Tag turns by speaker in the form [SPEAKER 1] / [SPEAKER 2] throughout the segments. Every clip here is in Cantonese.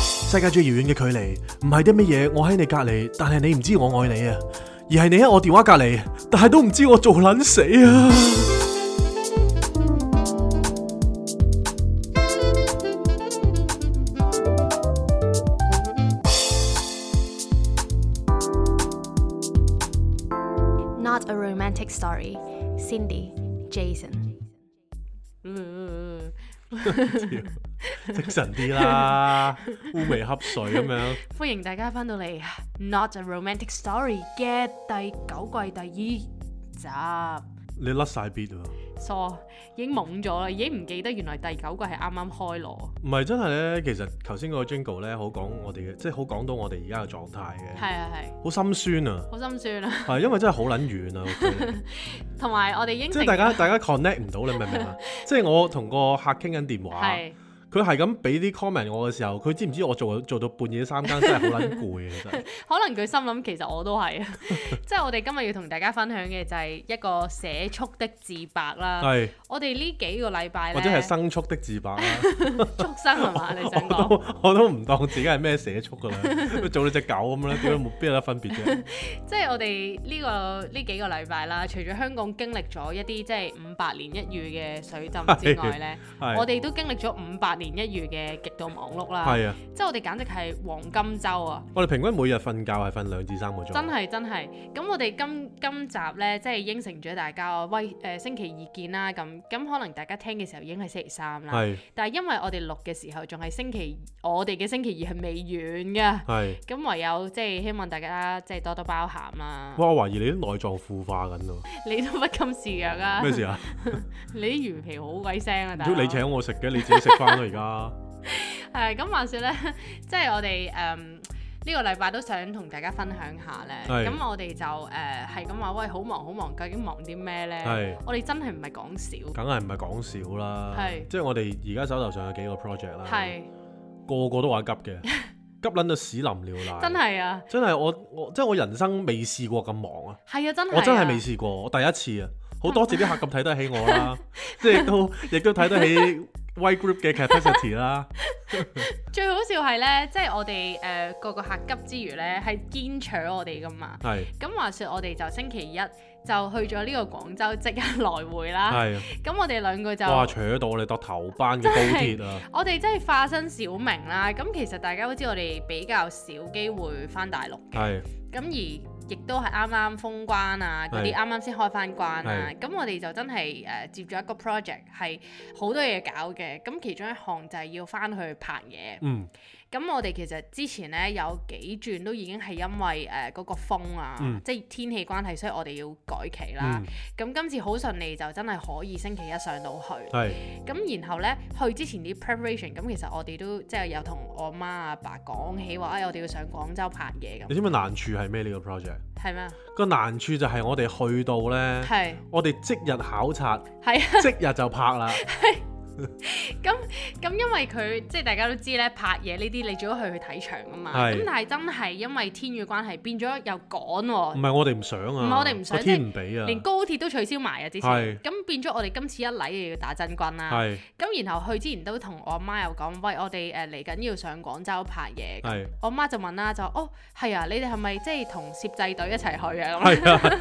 [SPEAKER 1] 世界最遙遠嘅距離，唔係啲乜嘢，我喺你隔離，但係你唔知我愛你啊，而係你喺我電話隔離，但係都唔知我做撚死啊！
[SPEAKER 2] Not a romantic story. Cindy, Jason。
[SPEAKER 3] 嗯，
[SPEAKER 1] 精神啲啦，烏眉瞌睡咁樣。
[SPEAKER 3] 歡迎大家翻到嚟《Not a Romantic Story》嘅第九季第二集。
[SPEAKER 1] 你甩晒啊 beat 喎，
[SPEAKER 3] 傻，已經懵咗啦，已經唔記得原來第九季係啱啱開鑼。
[SPEAKER 1] 唔係真係咧。其實頭先嗰個 jingle 咧，好講我哋嘅，即係好講到我哋而家嘅狀態嘅，
[SPEAKER 3] 係啊係，
[SPEAKER 1] 好心酸啊。
[SPEAKER 3] 好心酸啊！
[SPEAKER 1] 係因為真係好撚遠啊，個距離
[SPEAKER 3] 同埋我哋應
[SPEAKER 1] 即
[SPEAKER 3] 承
[SPEAKER 1] 係大家大家 connect 唔到，你明唔明 啊？即係我同個客傾緊電話，
[SPEAKER 3] 係
[SPEAKER 1] 佢係咁俾啲 comment 我嘅時候，佢知唔知我做做到半夜三更真係好撚攰啊！ 真係
[SPEAKER 3] 可能佢心諗，其實我都係 啊。即係我哋今日要同大家分享嘅就係一個寫速的自白啦。
[SPEAKER 1] 係
[SPEAKER 3] 我哋呢幾個禮拜
[SPEAKER 1] 或
[SPEAKER 3] 咧，
[SPEAKER 1] 者係生速的自白啦，
[SPEAKER 3] 畜生係嘛？ 你
[SPEAKER 1] 我
[SPEAKER 3] 想講？
[SPEAKER 1] 都我都唔當自己係咩社畜㗎啦， 做到只狗咁啦，點解冇邊有得分別 啫？
[SPEAKER 3] 即係我哋呢、個呢幾個禮拜啦，除咗香港經歷咗一啲即係五百年一遇嘅水浸之外呢，
[SPEAKER 1] 係
[SPEAKER 3] 我哋都經歷咗五百年一遇嘅極度忙碌啦。
[SPEAKER 1] 係啊，
[SPEAKER 3] 即係我哋簡直係黃金周啊！
[SPEAKER 1] 我哋平均每日瞓覺係瞓兩至三個鐘，
[SPEAKER 3] 真係真係。咁我哋今今集呢，即係應承咗大家哦喂誒、呃星期二見啦。咁咁可能大家聽嘅時候已經係星期三啦，
[SPEAKER 1] 係
[SPEAKER 3] 但係因為我哋錄嘅時候仲係星期，我哋嘅星期二係未完㗎。
[SPEAKER 1] 係。
[SPEAKER 3] 咁唯有即係希望大家即係多多包涵啦。
[SPEAKER 1] 哇！我懷疑你啲內臟腐化緊喎，
[SPEAKER 3] 你都不甘示弱啊！
[SPEAKER 1] 咩 事啊？
[SPEAKER 3] 你啲魚皮好鬼聲啊！大
[SPEAKER 1] 如
[SPEAKER 3] 佬
[SPEAKER 1] 果你請我食嘅，你自己食翻啦而家。
[SPEAKER 3] 係咁話說咧， 即係我哋誒呢個禮拜都想同大家分享下
[SPEAKER 1] 係
[SPEAKER 3] 咧。咁我哋就誒係咁話，喂，好忙好忙，究竟忙啲咩咧？
[SPEAKER 1] 係。
[SPEAKER 3] 我哋真係唔係講少，
[SPEAKER 1] 梗係唔係講少啦，
[SPEAKER 3] 係
[SPEAKER 1] 即係我哋而家手頭上有幾個 project 啦，
[SPEAKER 3] 係
[SPEAKER 1] 個個都話急 嘅，急撚到屎淋尿瀨，
[SPEAKER 3] 真係啊，
[SPEAKER 1] 真係我我即係我人生未試過咁忙啊，
[SPEAKER 3] 係啊，真係啊
[SPEAKER 1] 我真係未試過，我第一次啊，好多謝啲客咁睇得起我 啦，即係亦都亦都睇得起 Y Group 嘅 capacity 啦，
[SPEAKER 3] 最好笑係咧，即係我哋誒個個客急之餘咧，係堅搶我哋噶嘛。
[SPEAKER 1] 係
[SPEAKER 3] 咁話說，我哋就星期一就去咗呢個廣州，即刻來回啦。
[SPEAKER 1] 係，啊
[SPEAKER 3] 咁我哋兩啊個就
[SPEAKER 1] 哇扯到我哋搭頭班嘅高鐵 啊，
[SPEAKER 3] 我哋真係化身小明啦，咁其實大家都知我哋比較少機會翻大陸嘅，
[SPEAKER 1] 係
[SPEAKER 3] 咁而亦都係啱啱封關啊，嗰
[SPEAKER 1] 係
[SPEAKER 3] 啲啱啱先開翻關啊，
[SPEAKER 1] 係
[SPEAKER 3] 咁我哋就真係誒、呃接咗一個 project 係好多嘢搞嘅，咁其中一項就係要翻去拍嘢，
[SPEAKER 1] 嗯
[SPEAKER 3] 咁我哋其實之前呢，有幾轉都已經係因為誒嗰、個風啊，
[SPEAKER 1] 嗯
[SPEAKER 3] 即係天氣關係，所以我哋要改期啦
[SPEAKER 1] 嗯，
[SPEAKER 3] 咁、今次好順利就真係可以星期一上到去。
[SPEAKER 1] 係
[SPEAKER 3] 咁然後咧，去之前啲 preparation，咁其實我哋都即係有同我媽阿爸講起話，哎，我哋要上廣州拍嘢
[SPEAKER 1] 你
[SPEAKER 3] 咁，
[SPEAKER 1] 知唔知難處係咩呢個 project？
[SPEAKER 3] 係咩啊？
[SPEAKER 1] 個難處就係我哋去到呢，
[SPEAKER 3] 係
[SPEAKER 1] 我哋即日考察。
[SPEAKER 3] 係啊，
[SPEAKER 1] 即日就拍啦，
[SPEAKER 3] 咁因為佢即係大家都知咧，拍嘢呢啲你最好去去睇場啊嘛。
[SPEAKER 1] 係
[SPEAKER 3] 咁但係真係因為天雨關係，變咗又趕
[SPEAKER 1] 唔
[SPEAKER 3] 喎，
[SPEAKER 1] 係我哋唔想
[SPEAKER 3] 唔
[SPEAKER 1] 啊，
[SPEAKER 3] 係我哋唔想
[SPEAKER 1] 個天唔俾啊，
[SPEAKER 3] 連高鐵都取消埋啊！之前
[SPEAKER 1] 係
[SPEAKER 3] 咁變咗我哋今次一嚟又要打真軍啦。
[SPEAKER 1] 係
[SPEAKER 3] 咁然後去之前都同我媽又講，喂，我哋誒嚟緊要上廣州拍嘢咁
[SPEAKER 1] 係
[SPEAKER 3] 我媽就問啦，就哦係啊，你哋係咪即係同攝製隊一齊去啊？咁
[SPEAKER 1] 係啊，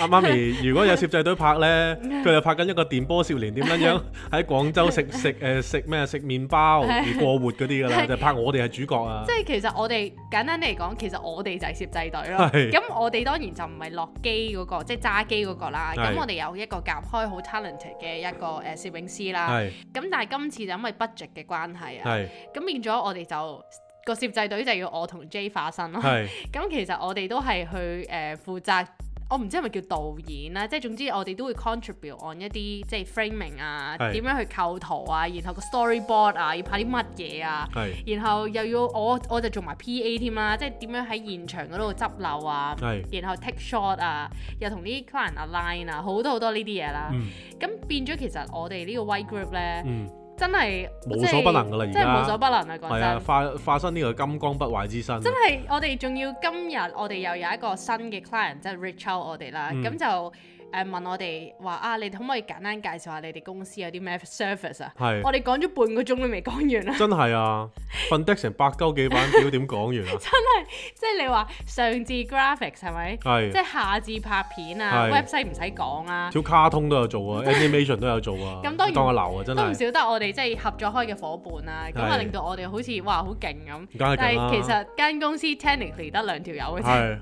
[SPEAKER 1] 阿媽咪，如果有攝製隊拍呢，佢就拍緊一個電波少年點樣 樣喺廣州食食誒食咩食麵包而過活嗰啲㗎啦，
[SPEAKER 3] 係
[SPEAKER 1] 就拍我哋係主角啊
[SPEAKER 3] 即，係其實我哋簡單嚟講，其實我哋就係攝製隊咯。
[SPEAKER 1] 係
[SPEAKER 3] 咁我哋當然就唔係落機嗰個，即係揸機嗰個啦。
[SPEAKER 1] 係
[SPEAKER 3] 咁我哋有一個夾開好 talented 嘅一個誒攝影師啦。
[SPEAKER 1] 係
[SPEAKER 3] 咁但係今次就因為 budget 嘅關係啊，
[SPEAKER 1] 係
[SPEAKER 3] 咁變咗我哋就個攝製隊就要我同 J 化身咯。
[SPEAKER 1] 係
[SPEAKER 3] 咁其實我哋都係去誒、呃、負責，我唔知係咪叫導演啦，即係總之我哋都會 contribute on 一啲即係 framing 啊，
[SPEAKER 1] 係
[SPEAKER 3] 點樣去構圖啊，然後個 storyboard 啊，要拍啲乜嘢啊，
[SPEAKER 1] 係
[SPEAKER 3] 然後又要我我就做埋 PA 添啦，即係點樣喺現場嗰度執漏啊，
[SPEAKER 1] 係，
[SPEAKER 3] 然後 take shot 啊，又同啲 client align 啊，好多好多呢啲嘢啦。
[SPEAKER 1] 嗯
[SPEAKER 3] 咁、變咗其實我哋呢個 white group 咧，
[SPEAKER 1] 嗯，
[SPEAKER 3] 真係
[SPEAKER 1] 無所不能㗎啦而
[SPEAKER 3] 即
[SPEAKER 1] 家
[SPEAKER 3] 係無所不能啊！講
[SPEAKER 1] 係
[SPEAKER 3] 真。
[SPEAKER 1] 啊，化化身呢個金剛不壞之身啊，
[SPEAKER 3] 真係，我哋仲要今日我哋又有一個新嘅 client，即係 reach out 我哋啦。
[SPEAKER 1] 嗯
[SPEAKER 3] 咁、就誒、誒問我哋話啊，你哋可唔可以簡單介紹下你哋公司有啲咩 service 啊？
[SPEAKER 1] 係
[SPEAKER 3] 我哋講咗半個鐘都未講完啦。
[SPEAKER 1] 真係啊，瞓得成百鳩幾版表點講 完啊？
[SPEAKER 3] 即係你話上至 graphics 係咪？
[SPEAKER 1] 係
[SPEAKER 3] 即係下至拍片啊
[SPEAKER 1] 係
[SPEAKER 3] ，website 唔使講啊啦。
[SPEAKER 1] 條卡通都有做 啊，animation 都有做啊，
[SPEAKER 3] 咁當然
[SPEAKER 1] 當我流啊，真
[SPEAKER 3] 都唔
[SPEAKER 1] 係
[SPEAKER 3] 少得我哋即係合作開嘅伙伴啦，咁啊
[SPEAKER 1] 係
[SPEAKER 3] 令到我哋好似哇好勁咁
[SPEAKER 1] 梗係勁啦。
[SPEAKER 3] 但係其實間公司 technically 得兩條友嘅啫，
[SPEAKER 1] 係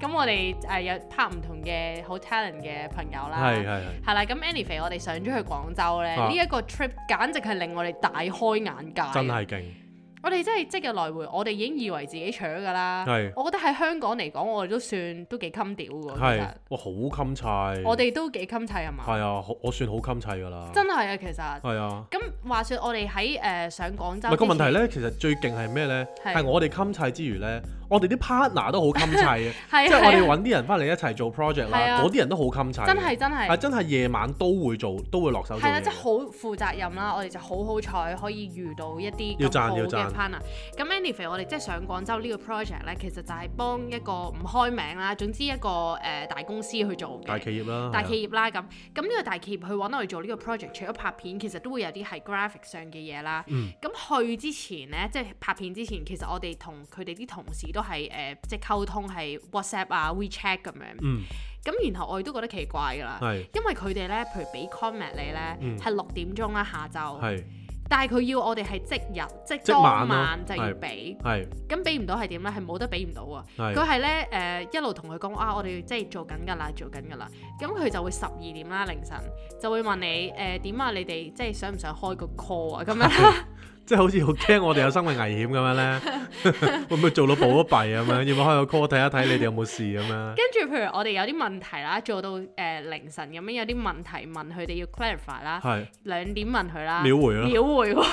[SPEAKER 3] 咁我哋誒有拍唔同嘅好 talent 嘅朋友啦。
[SPEAKER 1] 係係係
[SPEAKER 3] 係啦，咁 anyway，我哋上咗去廣州咧，
[SPEAKER 1] 啊
[SPEAKER 3] 呢一、個 trip 簡直係令我哋大開眼界。
[SPEAKER 1] 真係勁，
[SPEAKER 3] 我哋真係即日來回，我哋已經以為自己搶㗎啦。
[SPEAKER 1] 係
[SPEAKER 3] 我覺得喺香港嚟講，我哋都算都幾襟屌㗎。其
[SPEAKER 1] 係
[SPEAKER 3] 實
[SPEAKER 1] 哇好襟砌，
[SPEAKER 3] 我哋都幾襟砌係嘛？
[SPEAKER 1] 係啊，好我算好襟砌㗎啦，
[SPEAKER 3] 真係啊，其實。
[SPEAKER 1] 係啊。
[SPEAKER 3] 咁話說，我哋喺誒上廣州
[SPEAKER 1] 唔係個
[SPEAKER 3] 之
[SPEAKER 1] 問題
[SPEAKER 3] 前，
[SPEAKER 1] 咧，其實最勁係咩咧？
[SPEAKER 3] 係
[SPEAKER 1] 係我哋襟砌之餘咧，我哋啲 partner 都好襟砌嘅，
[SPEAKER 3] 係
[SPEAKER 1] 即係我哋
[SPEAKER 3] 係啊
[SPEAKER 1] 揾啲人翻嚟一齊做 project
[SPEAKER 3] 係
[SPEAKER 1] 啦，
[SPEAKER 3] 啊
[SPEAKER 1] 嗰啲人都好襟砌嘅。
[SPEAKER 3] 真係真
[SPEAKER 1] 係
[SPEAKER 3] 係
[SPEAKER 1] 真係夜晚都會做，都會落手做
[SPEAKER 3] 係啦，
[SPEAKER 1] 嘢
[SPEAKER 3] 即係。好負責任啦。我哋就好好彩可以遇到一啲
[SPEAKER 1] 要
[SPEAKER 3] 咁
[SPEAKER 1] 讚
[SPEAKER 3] 好
[SPEAKER 1] 要
[SPEAKER 3] 嘅
[SPEAKER 1] 讚
[SPEAKER 3] partner。咁 anyway，我哋即係上廣州呢個 project 咧，其實就係幫一個唔開名啦，總之一個誒、呃大公司去做嘅
[SPEAKER 1] 大企業啦，啊
[SPEAKER 3] 大
[SPEAKER 1] 業
[SPEAKER 3] 企業啦咁，咁呢個大企業去揾我哋做呢個 project，除咗拍片，其實都會有啲係 graphic 上嘅嘢啦。咁、
[SPEAKER 1] 嗯
[SPEAKER 3] 去之前呢，即係拍片之前，其實我哋同佢哋啲同事都係誒、呃即係溝通係 WhatsApp 啊、WeChat 咁樣。
[SPEAKER 1] 嗯
[SPEAKER 3] 咁然後我哋都覺得奇怪㗎啦，
[SPEAKER 1] 係
[SPEAKER 3] 因為佢哋呢，譬如俾 comment 你
[SPEAKER 1] 嗯
[SPEAKER 3] 呢，係六點鐘啦下晝，
[SPEAKER 1] 係
[SPEAKER 3] 但係佢要我哋係即日即
[SPEAKER 1] 即
[SPEAKER 3] 當
[SPEAKER 1] 晚咯
[SPEAKER 3] 晚就要
[SPEAKER 1] 係
[SPEAKER 3] 俾，
[SPEAKER 1] 係
[SPEAKER 3] 咁俾唔到係點呢？係冇得俾唔到啊！佢
[SPEAKER 1] 係
[SPEAKER 3] 係咧誒一路同佢講啊，我哋即係做緊㗎啦，做緊㗎啦。咁佢就會十二點啦，凌晨就會問你誒點、啊？你哋即係想唔想開個 call 啊？咁樣 啦，
[SPEAKER 1] 即係好似好驚我哋有生命危險咁樣咧， 會唔會做到保咗幣咁樣？要唔要開個 call 睇一睇你哋有冇事咁樣？
[SPEAKER 3] 跟住譬如我哋有啲問題啦，做到誒、呃凌晨咁樣有啲問題問佢哋要 clarify 啦，
[SPEAKER 1] 係
[SPEAKER 3] 兩點問佢啦，
[SPEAKER 1] 秒回咯
[SPEAKER 3] 秒回喎。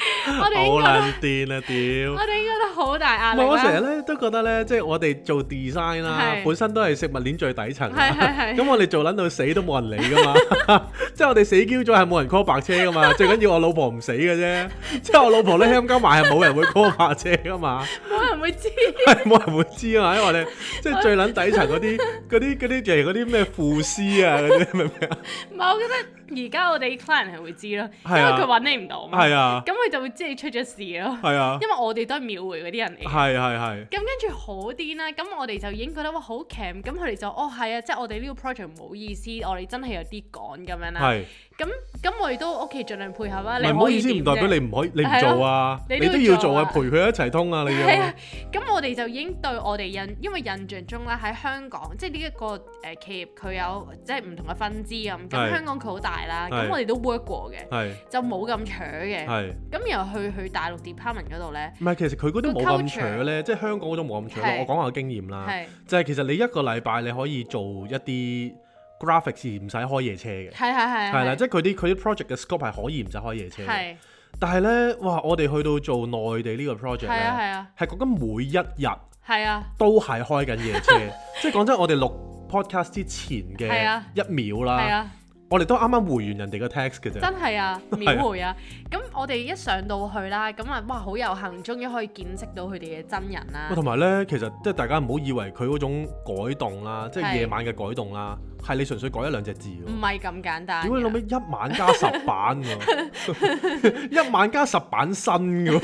[SPEAKER 3] 我哋
[SPEAKER 1] 好
[SPEAKER 3] 應該
[SPEAKER 1] 撚癲啊屌！
[SPEAKER 3] 都我哋應該都好大壓
[SPEAKER 1] 唔
[SPEAKER 3] 力
[SPEAKER 1] 係，我成日
[SPEAKER 3] 啦。
[SPEAKER 1] 咧都覺得咧，即係我哋做 design 啦，
[SPEAKER 3] 係
[SPEAKER 1] 本身都係食物鏈最底層
[SPEAKER 3] 係係
[SPEAKER 1] 啦。
[SPEAKER 3] 係
[SPEAKER 1] 咁我哋做撚到死都冇人理噶嘛， 即係我哋死嬌咗係冇人 call 白車噶嘛。最緊要我老婆唔死嘅啫，即係我老婆咧香港買係冇人會 call 白車噶嘛，
[SPEAKER 3] 冇人會知。
[SPEAKER 1] 係冇人會知啊嘛。因為我哋即係最撚底層嗰 啲嗰啲嗰啲譬如嗰啲咩腐屍啊嗰啲，明唔明啊？
[SPEAKER 3] 唔係，我覺得而家我哋 client 係會知咯，因
[SPEAKER 1] 係
[SPEAKER 3] 為
[SPEAKER 1] 啊
[SPEAKER 3] 佢揾你唔到嘛。
[SPEAKER 1] 係啊
[SPEAKER 3] 咁佢就會知你出咗事咯。
[SPEAKER 1] 係啊，
[SPEAKER 3] 因為我哋都係秒回嗰啲人嚟嘅。
[SPEAKER 1] 係係係
[SPEAKER 3] 咁跟住好癲啦，咁我哋就已經覺得哇好 cam，咁佢哋就哦係啊，即係我哋呢個 project 唔好意思，我哋真係有啲趕咁樣啦。
[SPEAKER 1] 係。
[SPEAKER 3] 咁咁我哋都屋企盡量配合啦。
[SPEAKER 1] 唔
[SPEAKER 3] 你
[SPEAKER 1] 係唔好意思，唔代表你
[SPEAKER 3] 唔
[SPEAKER 1] 唔可以你唔
[SPEAKER 3] 係咯
[SPEAKER 1] 做啊，
[SPEAKER 3] 你
[SPEAKER 1] 你
[SPEAKER 3] 都要
[SPEAKER 1] 都要做啊，陪
[SPEAKER 3] 做
[SPEAKER 1] 佢一齊通啊，你
[SPEAKER 3] 係
[SPEAKER 1] 要
[SPEAKER 3] 啊。咁我哋就已經對我哋印，因為印象中啦，喺香港即係呢一個誒、呃企業佢有即係唔同嘅分支咁，
[SPEAKER 1] 係
[SPEAKER 3] 咁香港佢好大啦，咁
[SPEAKER 1] 係
[SPEAKER 3] 我哋都 work 過嘅，
[SPEAKER 1] 係
[SPEAKER 3] 就冇咁扯嘅。
[SPEAKER 1] 係。
[SPEAKER 3] 咁然後去去大陸 department 嗰度咧，
[SPEAKER 1] 唔係，其實佢嗰啲
[SPEAKER 3] 個
[SPEAKER 1] 冇咁
[SPEAKER 3] culture
[SPEAKER 1] 搶咧，即係香港嗰種冇咁搶
[SPEAKER 3] 係
[SPEAKER 1] 咯。我講下個經驗啦，
[SPEAKER 3] 係
[SPEAKER 1] 就係其實你一個禮拜你可以做一啲 graphics 而唔使開夜車嘅，
[SPEAKER 3] 係係係
[SPEAKER 1] 係啦，即係佢啲佢啲 project 嘅 scope 係可以唔使開夜車嘅。
[SPEAKER 3] 係
[SPEAKER 1] 但係咧，哇！我哋去到做內地呢個 project
[SPEAKER 3] 係啊
[SPEAKER 1] 咧，
[SPEAKER 3] 係啊
[SPEAKER 1] 係講緊每一日
[SPEAKER 3] 係啊。
[SPEAKER 1] 都係開緊夜 車，即係講真，我哋錄 podcast 之前嘅
[SPEAKER 3] 係啊
[SPEAKER 1] 一秒
[SPEAKER 3] 係
[SPEAKER 1] 啦，
[SPEAKER 3] 啊，
[SPEAKER 1] 我哋都啱啱回完人哋嘅 text 嘅啫，
[SPEAKER 3] 真係 啊，秒回啊！咁我哋一上到去啦，咁啊，哇，好有幸，終於可以見識到佢哋嘅真人啦
[SPEAKER 1] 喂，。同埋咧，其實即係大家唔好以為佢嗰種改動啦，即係
[SPEAKER 3] 係
[SPEAKER 1] 夜晚嘅改動啦，係你純粹改一兩隻字喎
[SPEAKER 3] 唔。係咁簡
[SPEAKER 1] 屌
[SPEAKER 3] 單
[SPEAKER 1] 你老
[SPEAKER 3] 嘅。
[SPEAKER 1] 味一晚加十版喎， 一晚加十版新嘅喎，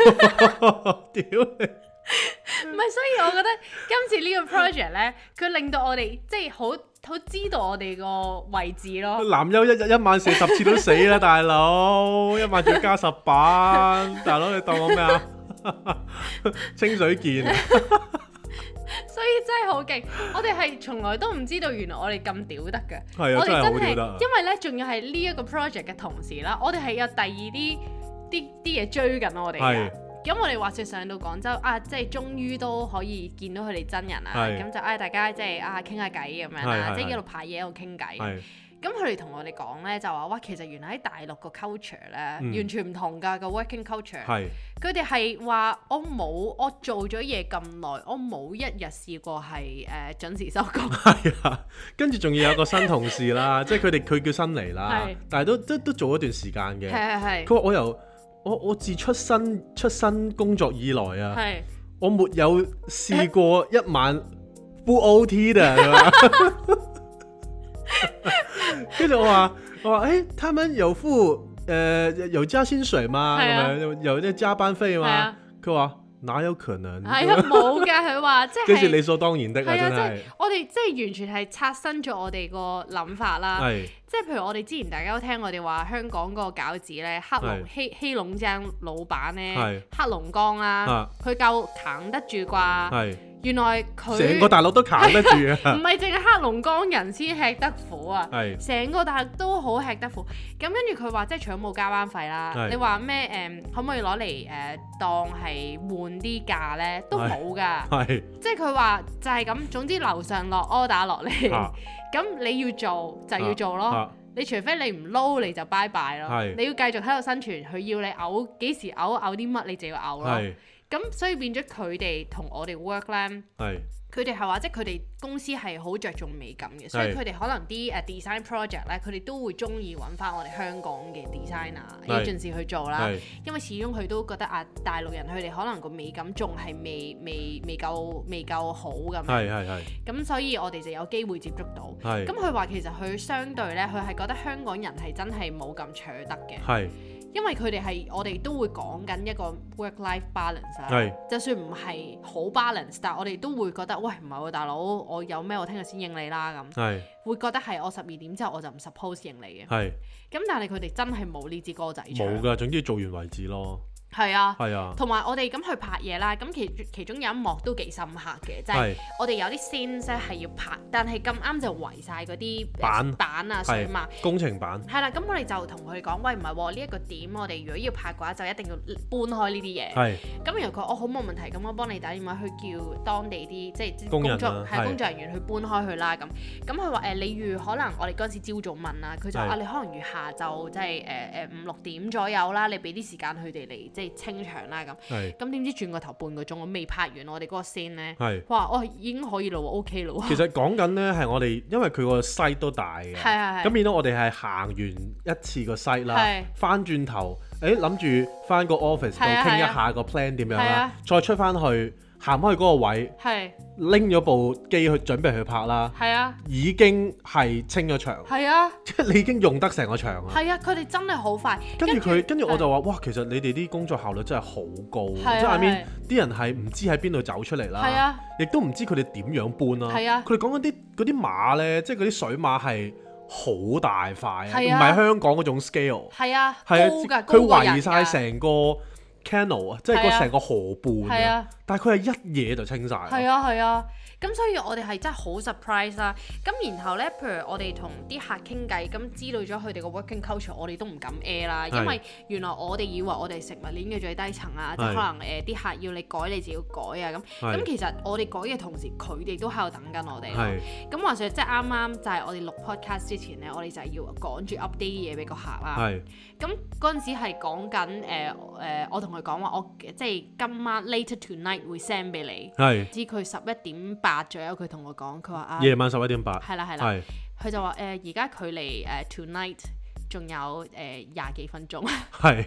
[SPEAKER 1] 屌你！
[SPEAKER 3] 唔係，所以我覺得今次呢個 project 咧，佢令到我哋即係好好知道我哋個位置咯。
[SPEAKER 1] 男優一日一晚四十次都死啦，大佬，一晚仲要加十 版，大佬你當我咩啊？ 清水健啊，
[SPEAKER 3] 所以真係好勁，我哋係從來都唔知道原來我哋咁屌得嘅。
[SPEAKER 1] 係啊，
[SPEAKER 3] 我
[SPEAKER 1] 真
[SPEAKER 3] 哋
[SPEAKER 1] 係好屌
[SPEAKER 3] 真係
[SPEAKER 1] 得啊，
[SPEAKER 3] 因為咧，仲要係呢一個 project 嘅同時啦，我哋係有第二啲啲啲嘢追緊我哋
[SPEAKER 1] 係
[SPEAKER 3] 嘅。咁我哋話説上到廣州啊，即係終於都可以見到佢哋真人啦。啊
[SPEAKER 1] 係
[SPEAKER 3] 咁就唉，大家即係啊傾下偈咁樣
[SPEAKER 1] 係
[SPEAKER 3] 啦，
[SPEAKER 1] 係
[SPEAKER 3] 即係
[SPEAKER 1] 係
[SPEAKER 3] 一路派嘢一路傾偈。
[SPEAKER 1] 係
[SPEAKER 3] 咁佢哋同我哋講咧，就話哇，其實原來喺大陸個 culture 咧，
[SPEAKER 1] 嗯
[SPEAKER 3] 完全唔同㗎個 working culture。
[SPEAKER 1] 係
[SPEAKER 3] 佢哋係話我冇，我做咗嘢咁耐，我冇一日試過係誒、呃、準時收工。
[SPEAKER 1] 係啊，跟住仲要有個新同事 啦，即係佢哋佢叫新嚟啦
[SPEAKER 3] 係，
[SPEAKER 1] 但係都都都做咗段時間嘅
[SPEAKER 3] 係。 啊係係
[SPEAKER 1] 佢話我由我我自出新出新工作以來啊。
[SPEAKER 3] 係。
[SPEAKER 1] 我沒有試過一晚 full OT 的， 跟住我話我話誒、欸，他們有付誒、呃、有加薪水嘛？
[SPEAKER 3] 係
[SPEAKER 1] 咁
[SPEAKER 3] 啊
[SPEAKER 1] 樣有有啲加班費
[SPEAKER 3] 係
[SPEAKER 1] 嘛
[SPEAKER 3] 啊？
[SPEAKER 1] 佢話哪有可能？
[SPEAKER 3] 係 啊，冇㗎，佢話即
[SPEAKER 1] 嗯跟住理
[SPEAKER 3] 係。
[SPEAKER 1] 所當然的啊，
[SPEAKER 3] 係
[SPEAKER 1] 真
[SPEAKER 3] 啊，即係
[SPEAKER 1] 係
[SPEAKER 3] 我哋即係完全係刷新咗我哋個諗法啦。
[SPEAKER 1] 係
[SPEAKER 3] 即係譬如我哋之前大家都聽我哋話香港嗰個餃子咧，黑龍
[SPEAKER 1] 係
[SPEAKER 3] 黑黑龍江老闆咧
[SPEAKER 1] 係，
[SPEAKER 3] 黑龍江啦
[SPEAKER 1] 啊，
[SPEAKER 3] 佢夠扛得住啩？
[SPEAKER 1] 係，
[SPEAKER 3] 原來佢
[SPEAKER 1] 成個大陸都扛得住
[SPEAKER 3] 唔
[SPEAKER 1] 啊！
[SPEAKER 3] 係淨係黑龍江人先吃得苦啊！
[SPEAKER 1] 係
[SPEAKER 3] 成個大陸都好吃得苦，咁跟住佢話即係除咗冇加班費啦，
[SPEAKER 1] 係
[SPEAKER 3] 你話咩誒可唔可以攞嚟誒當係換啲價呢？都
[SPEAKER 1] 係
[SPEAKER 3] 冇㗎，
[SPEAKER 1] 係
[SPEAKER 3] 即係佢話就係咁，總之樓上落 order 落嚟，咁、
[SPEAKER 1] 啊
[SPEAKER 3] 你要做就要做咯。
[SPEAKER 1] 啊
[SPEAKER 3] 你除非你唔撈你就拜拜咯，
[SPEAKER 1] 係
[SPEAKER 3] 你要繼續喺度生存，佢要你嘔幾時嘔嘔啲乜你就要嘔咯。
[SPEAKER 1] 係
[SPEAKER 3] 咁所以變咗佢哋同我哋 work 呢。
[SPEAKER 1] 係
[SPEAKER 3] 佢哋係話，即係佢哋公司係好着重美感嘅，所以
[SPEAKER 1] 係
[SPEAKER 3] 佢哋可能啲誒 design project 咧，佢哋都會中意揾翻我哋香港嘅 designer
[SPEAKER 1] 係
[SPEAKER 3] agency 去做啦。
[SPEAKER 1] 係
[SPEAKER 3] 因為始終佢都覺得啊，大陸人佢哋可能個美感仲係未未未夠未夠好咁樣，
[SPEAKER 1] 係係係
[SPEAKER 3] 咁所以我哋就有機會接觸到。
[SPEAKER 1] 係
[SPEAKER 3] 咁佢話其實佢相對咧，佢係覺得香港人係真係冇咁取得嘅，
[SPEAKER 1] 係
[SPEAKER 3] 因為佢哋係我哋都會講緊一個 work-life balance 啊啦。
[SPEAKER 1] 係
[SPEAKER 3] 就算唔係好 balance，但係我哋都會覺得，喂唔係喎，大佬，我有咩我聽日先應你啦咁，
[SPEAKER 1] 係
[SPEAKER 3] 會覺得係我十二點之後我就唔 suppose 應你嘅。
[SPEAKER 1] 係
[SPEAKER 3] 咁但係佢哋真係冇呢支歌仔唱，
[SPEAKER 1] 冇㗎，總之做完為止咯，
[SPEAKER 3] 係啊。
[SPEAKER 1] 係啊
[SPEAKER 3] 同埋我哋咁去拍嘢啦，咁其其中有一幕都幾深刻嘅，就係、
[SPEAKER 1] 係
[SPEAKER 3] 我哋有啲 scenes 咧係要拍，但係咁啱就圍晒嗰啲呃
[SPEAKER 1] 板
[SPEAKER 3] 板啊水馬
[SPEAKER 1] 係。工程版
[SPEAKER 3] 係啦，咁我哋就同佢講，喂唔係喎，呢一個點我哋如果要拍嘅話，就一定要搬開呢啲嘢。
[SPEAKER 1] 係
[SPEAKER 3] 咁然後佢話我哦好冇問題，咁我幫你打電話去叫當地啲即係
[SPEAKER 1] 工人啊
[SPEAKER 3] 作係
[SPEAKER 1] 係
[SPEAKER 3] 工作人員去搬開佢啦咁。咁佢話誒你預可能我哋嗰陣時朝早問啦，佢就話
[SPEAKER 1] 係
[SPEAKER 3] 啊你可能預下晝即係誒誒五六點左右啦，你俾啲時間佢哋嚟即係清場啦咁。
[SPEAKER 1] 係
[SPEAKER 3] 咁點知轉個頭半個鐘，我未拍完我哋嗰個 scene 咧，
[SPEAKER 1] 係。
[SPEAKER 3] 哇我哦已經可以咯喎，OK 咯喎，
[SPEAKER 1] 其實講緊呢係我哋，因為佢個 site 都大嘅，
[SPEAKER 3] 係係係
[SPEAKER 1] 咁變到我哋係行完一次個 site
[SPEAKER 3] 係
[SPEAKER 1] 啦，翻轉頭，誒諗住翻個 office 度
[SPEAKER 3] 係啊
[SPEAKER 1] 傾
[SPEAKER 3] 係啊
[SPEAKER 1] 一下個 plan 點樣
[SPEAKER 3] 係
[SPEAKER 1] 啦
[SPEAKER 3] 啊，
[SPEAKER 1] 再出翻去行開嗰個位，
[SPEAKER 3] 係
[SPEAKER 1] 拎咗部機去準備去拍啦，
[SPEAKER 3] 係啊
[SPEAKER 1] 已經係清咗場，
[SPEAKER 3] 係啊
[SPEAKER 1] 即係你已經用得成個場啦。
[SPEAKER 3] 係啊，佢哋真係好快，
[SPEAKER 1] 跟住佢，跟住我
[SPEAKER 3] 係
[SPEAKER 1] 就話：哇，其實你哋啲工作效率真係好高，
[SPEAKER 3] 係啊
[SPEAKER 1] 即係 I
[SPEAKER 3] 係
[SPEAKER 1] mean 啲人係唔知喺邊度走出嚟
[SPEAKER 3] 係
[SPEAKER 1] 啦
[SPEAKER 3] 啊，
[SPEAKER 1] 亦都唔知佢哋點樣搬啦。
[SPEAKER 3] 係啊
[SPEAKER 1] 佢哋講緊啲嗰啲馬呢，即係嗰啲水馬係好大塊啊，
[SPEAKER 3] 係
[SPEAKER 1] 唔
[SPEAKER 3] 啊
[SPEAKER 1] 係香港嗰種 scale，
[SPEAKER 3] 係啊高
[SPEAKER 1] 係
[SPEAKER 3] 㗎，
[SPEAKER 1] 啊，
[SPEAKER 3] 高
[SPEAKER 1] 佢
[SPEAKER 3] 過人
[SPEAKER 1] 圍晒
[SPEAKER 3] 㗎
[SPEAKER 1] 成個 canal 啊，即係
[SPEAKER 3] 係啊
[SPEAKER 1] 個成個河畔
[SPEAKER 3] 係啊
[SPEAKER 1] 啊，但係佢係一嘢就清晒啦。
[SPEAKER 3] 係啊係啊，咁所以我哋係真係好 surprise 啦。咁然後呢，譬如我哋同啲客傾偈，咁知道咗佢哋個 working culture，我哋都唔敢 air 啦，
[SPEAKER 1] 係
[SPEAKER 3] 因為原來我哋以為我哋係食物鏈嘅最低層啊，即係
[SPEAKER 1] 係
[SPEAKER 3] 可能誒啲、客要你改，你自己要改啊咁。
[SPEAKER 1] 係
[SPEAKER 3] 咁其實我哋改嘅同時，佢哋都喺度等緊我哋咯。
[SPEAKER 1] 係
[SPEAKER 3] 咁話說，即係啱啱就係我哋錄 podcast 之前呢，我哋就係要趕住 update 啲嘢俾個客啦。
[SPEAKER 1] 係
[SPEAKER 3] 咁嗰陣時係講緊誒誒，我同佢講話，我即係今晚 later tonight 會 send 俾你。
[SPEAKER 1] 係
[SPEAKER 3] 知佢十一點八左右，佢同我講，佢話啊，
[SPEAKER 1] 夜晚十一點八，
[SPEAKER 3] 係啦係啦，
[SPEAKER 1] 係
[SPEAKER 3] 佢就話誒而家距離誒、呃 tonight 仲有誒廿、幾分鐘，
[SPEAKER 1] 係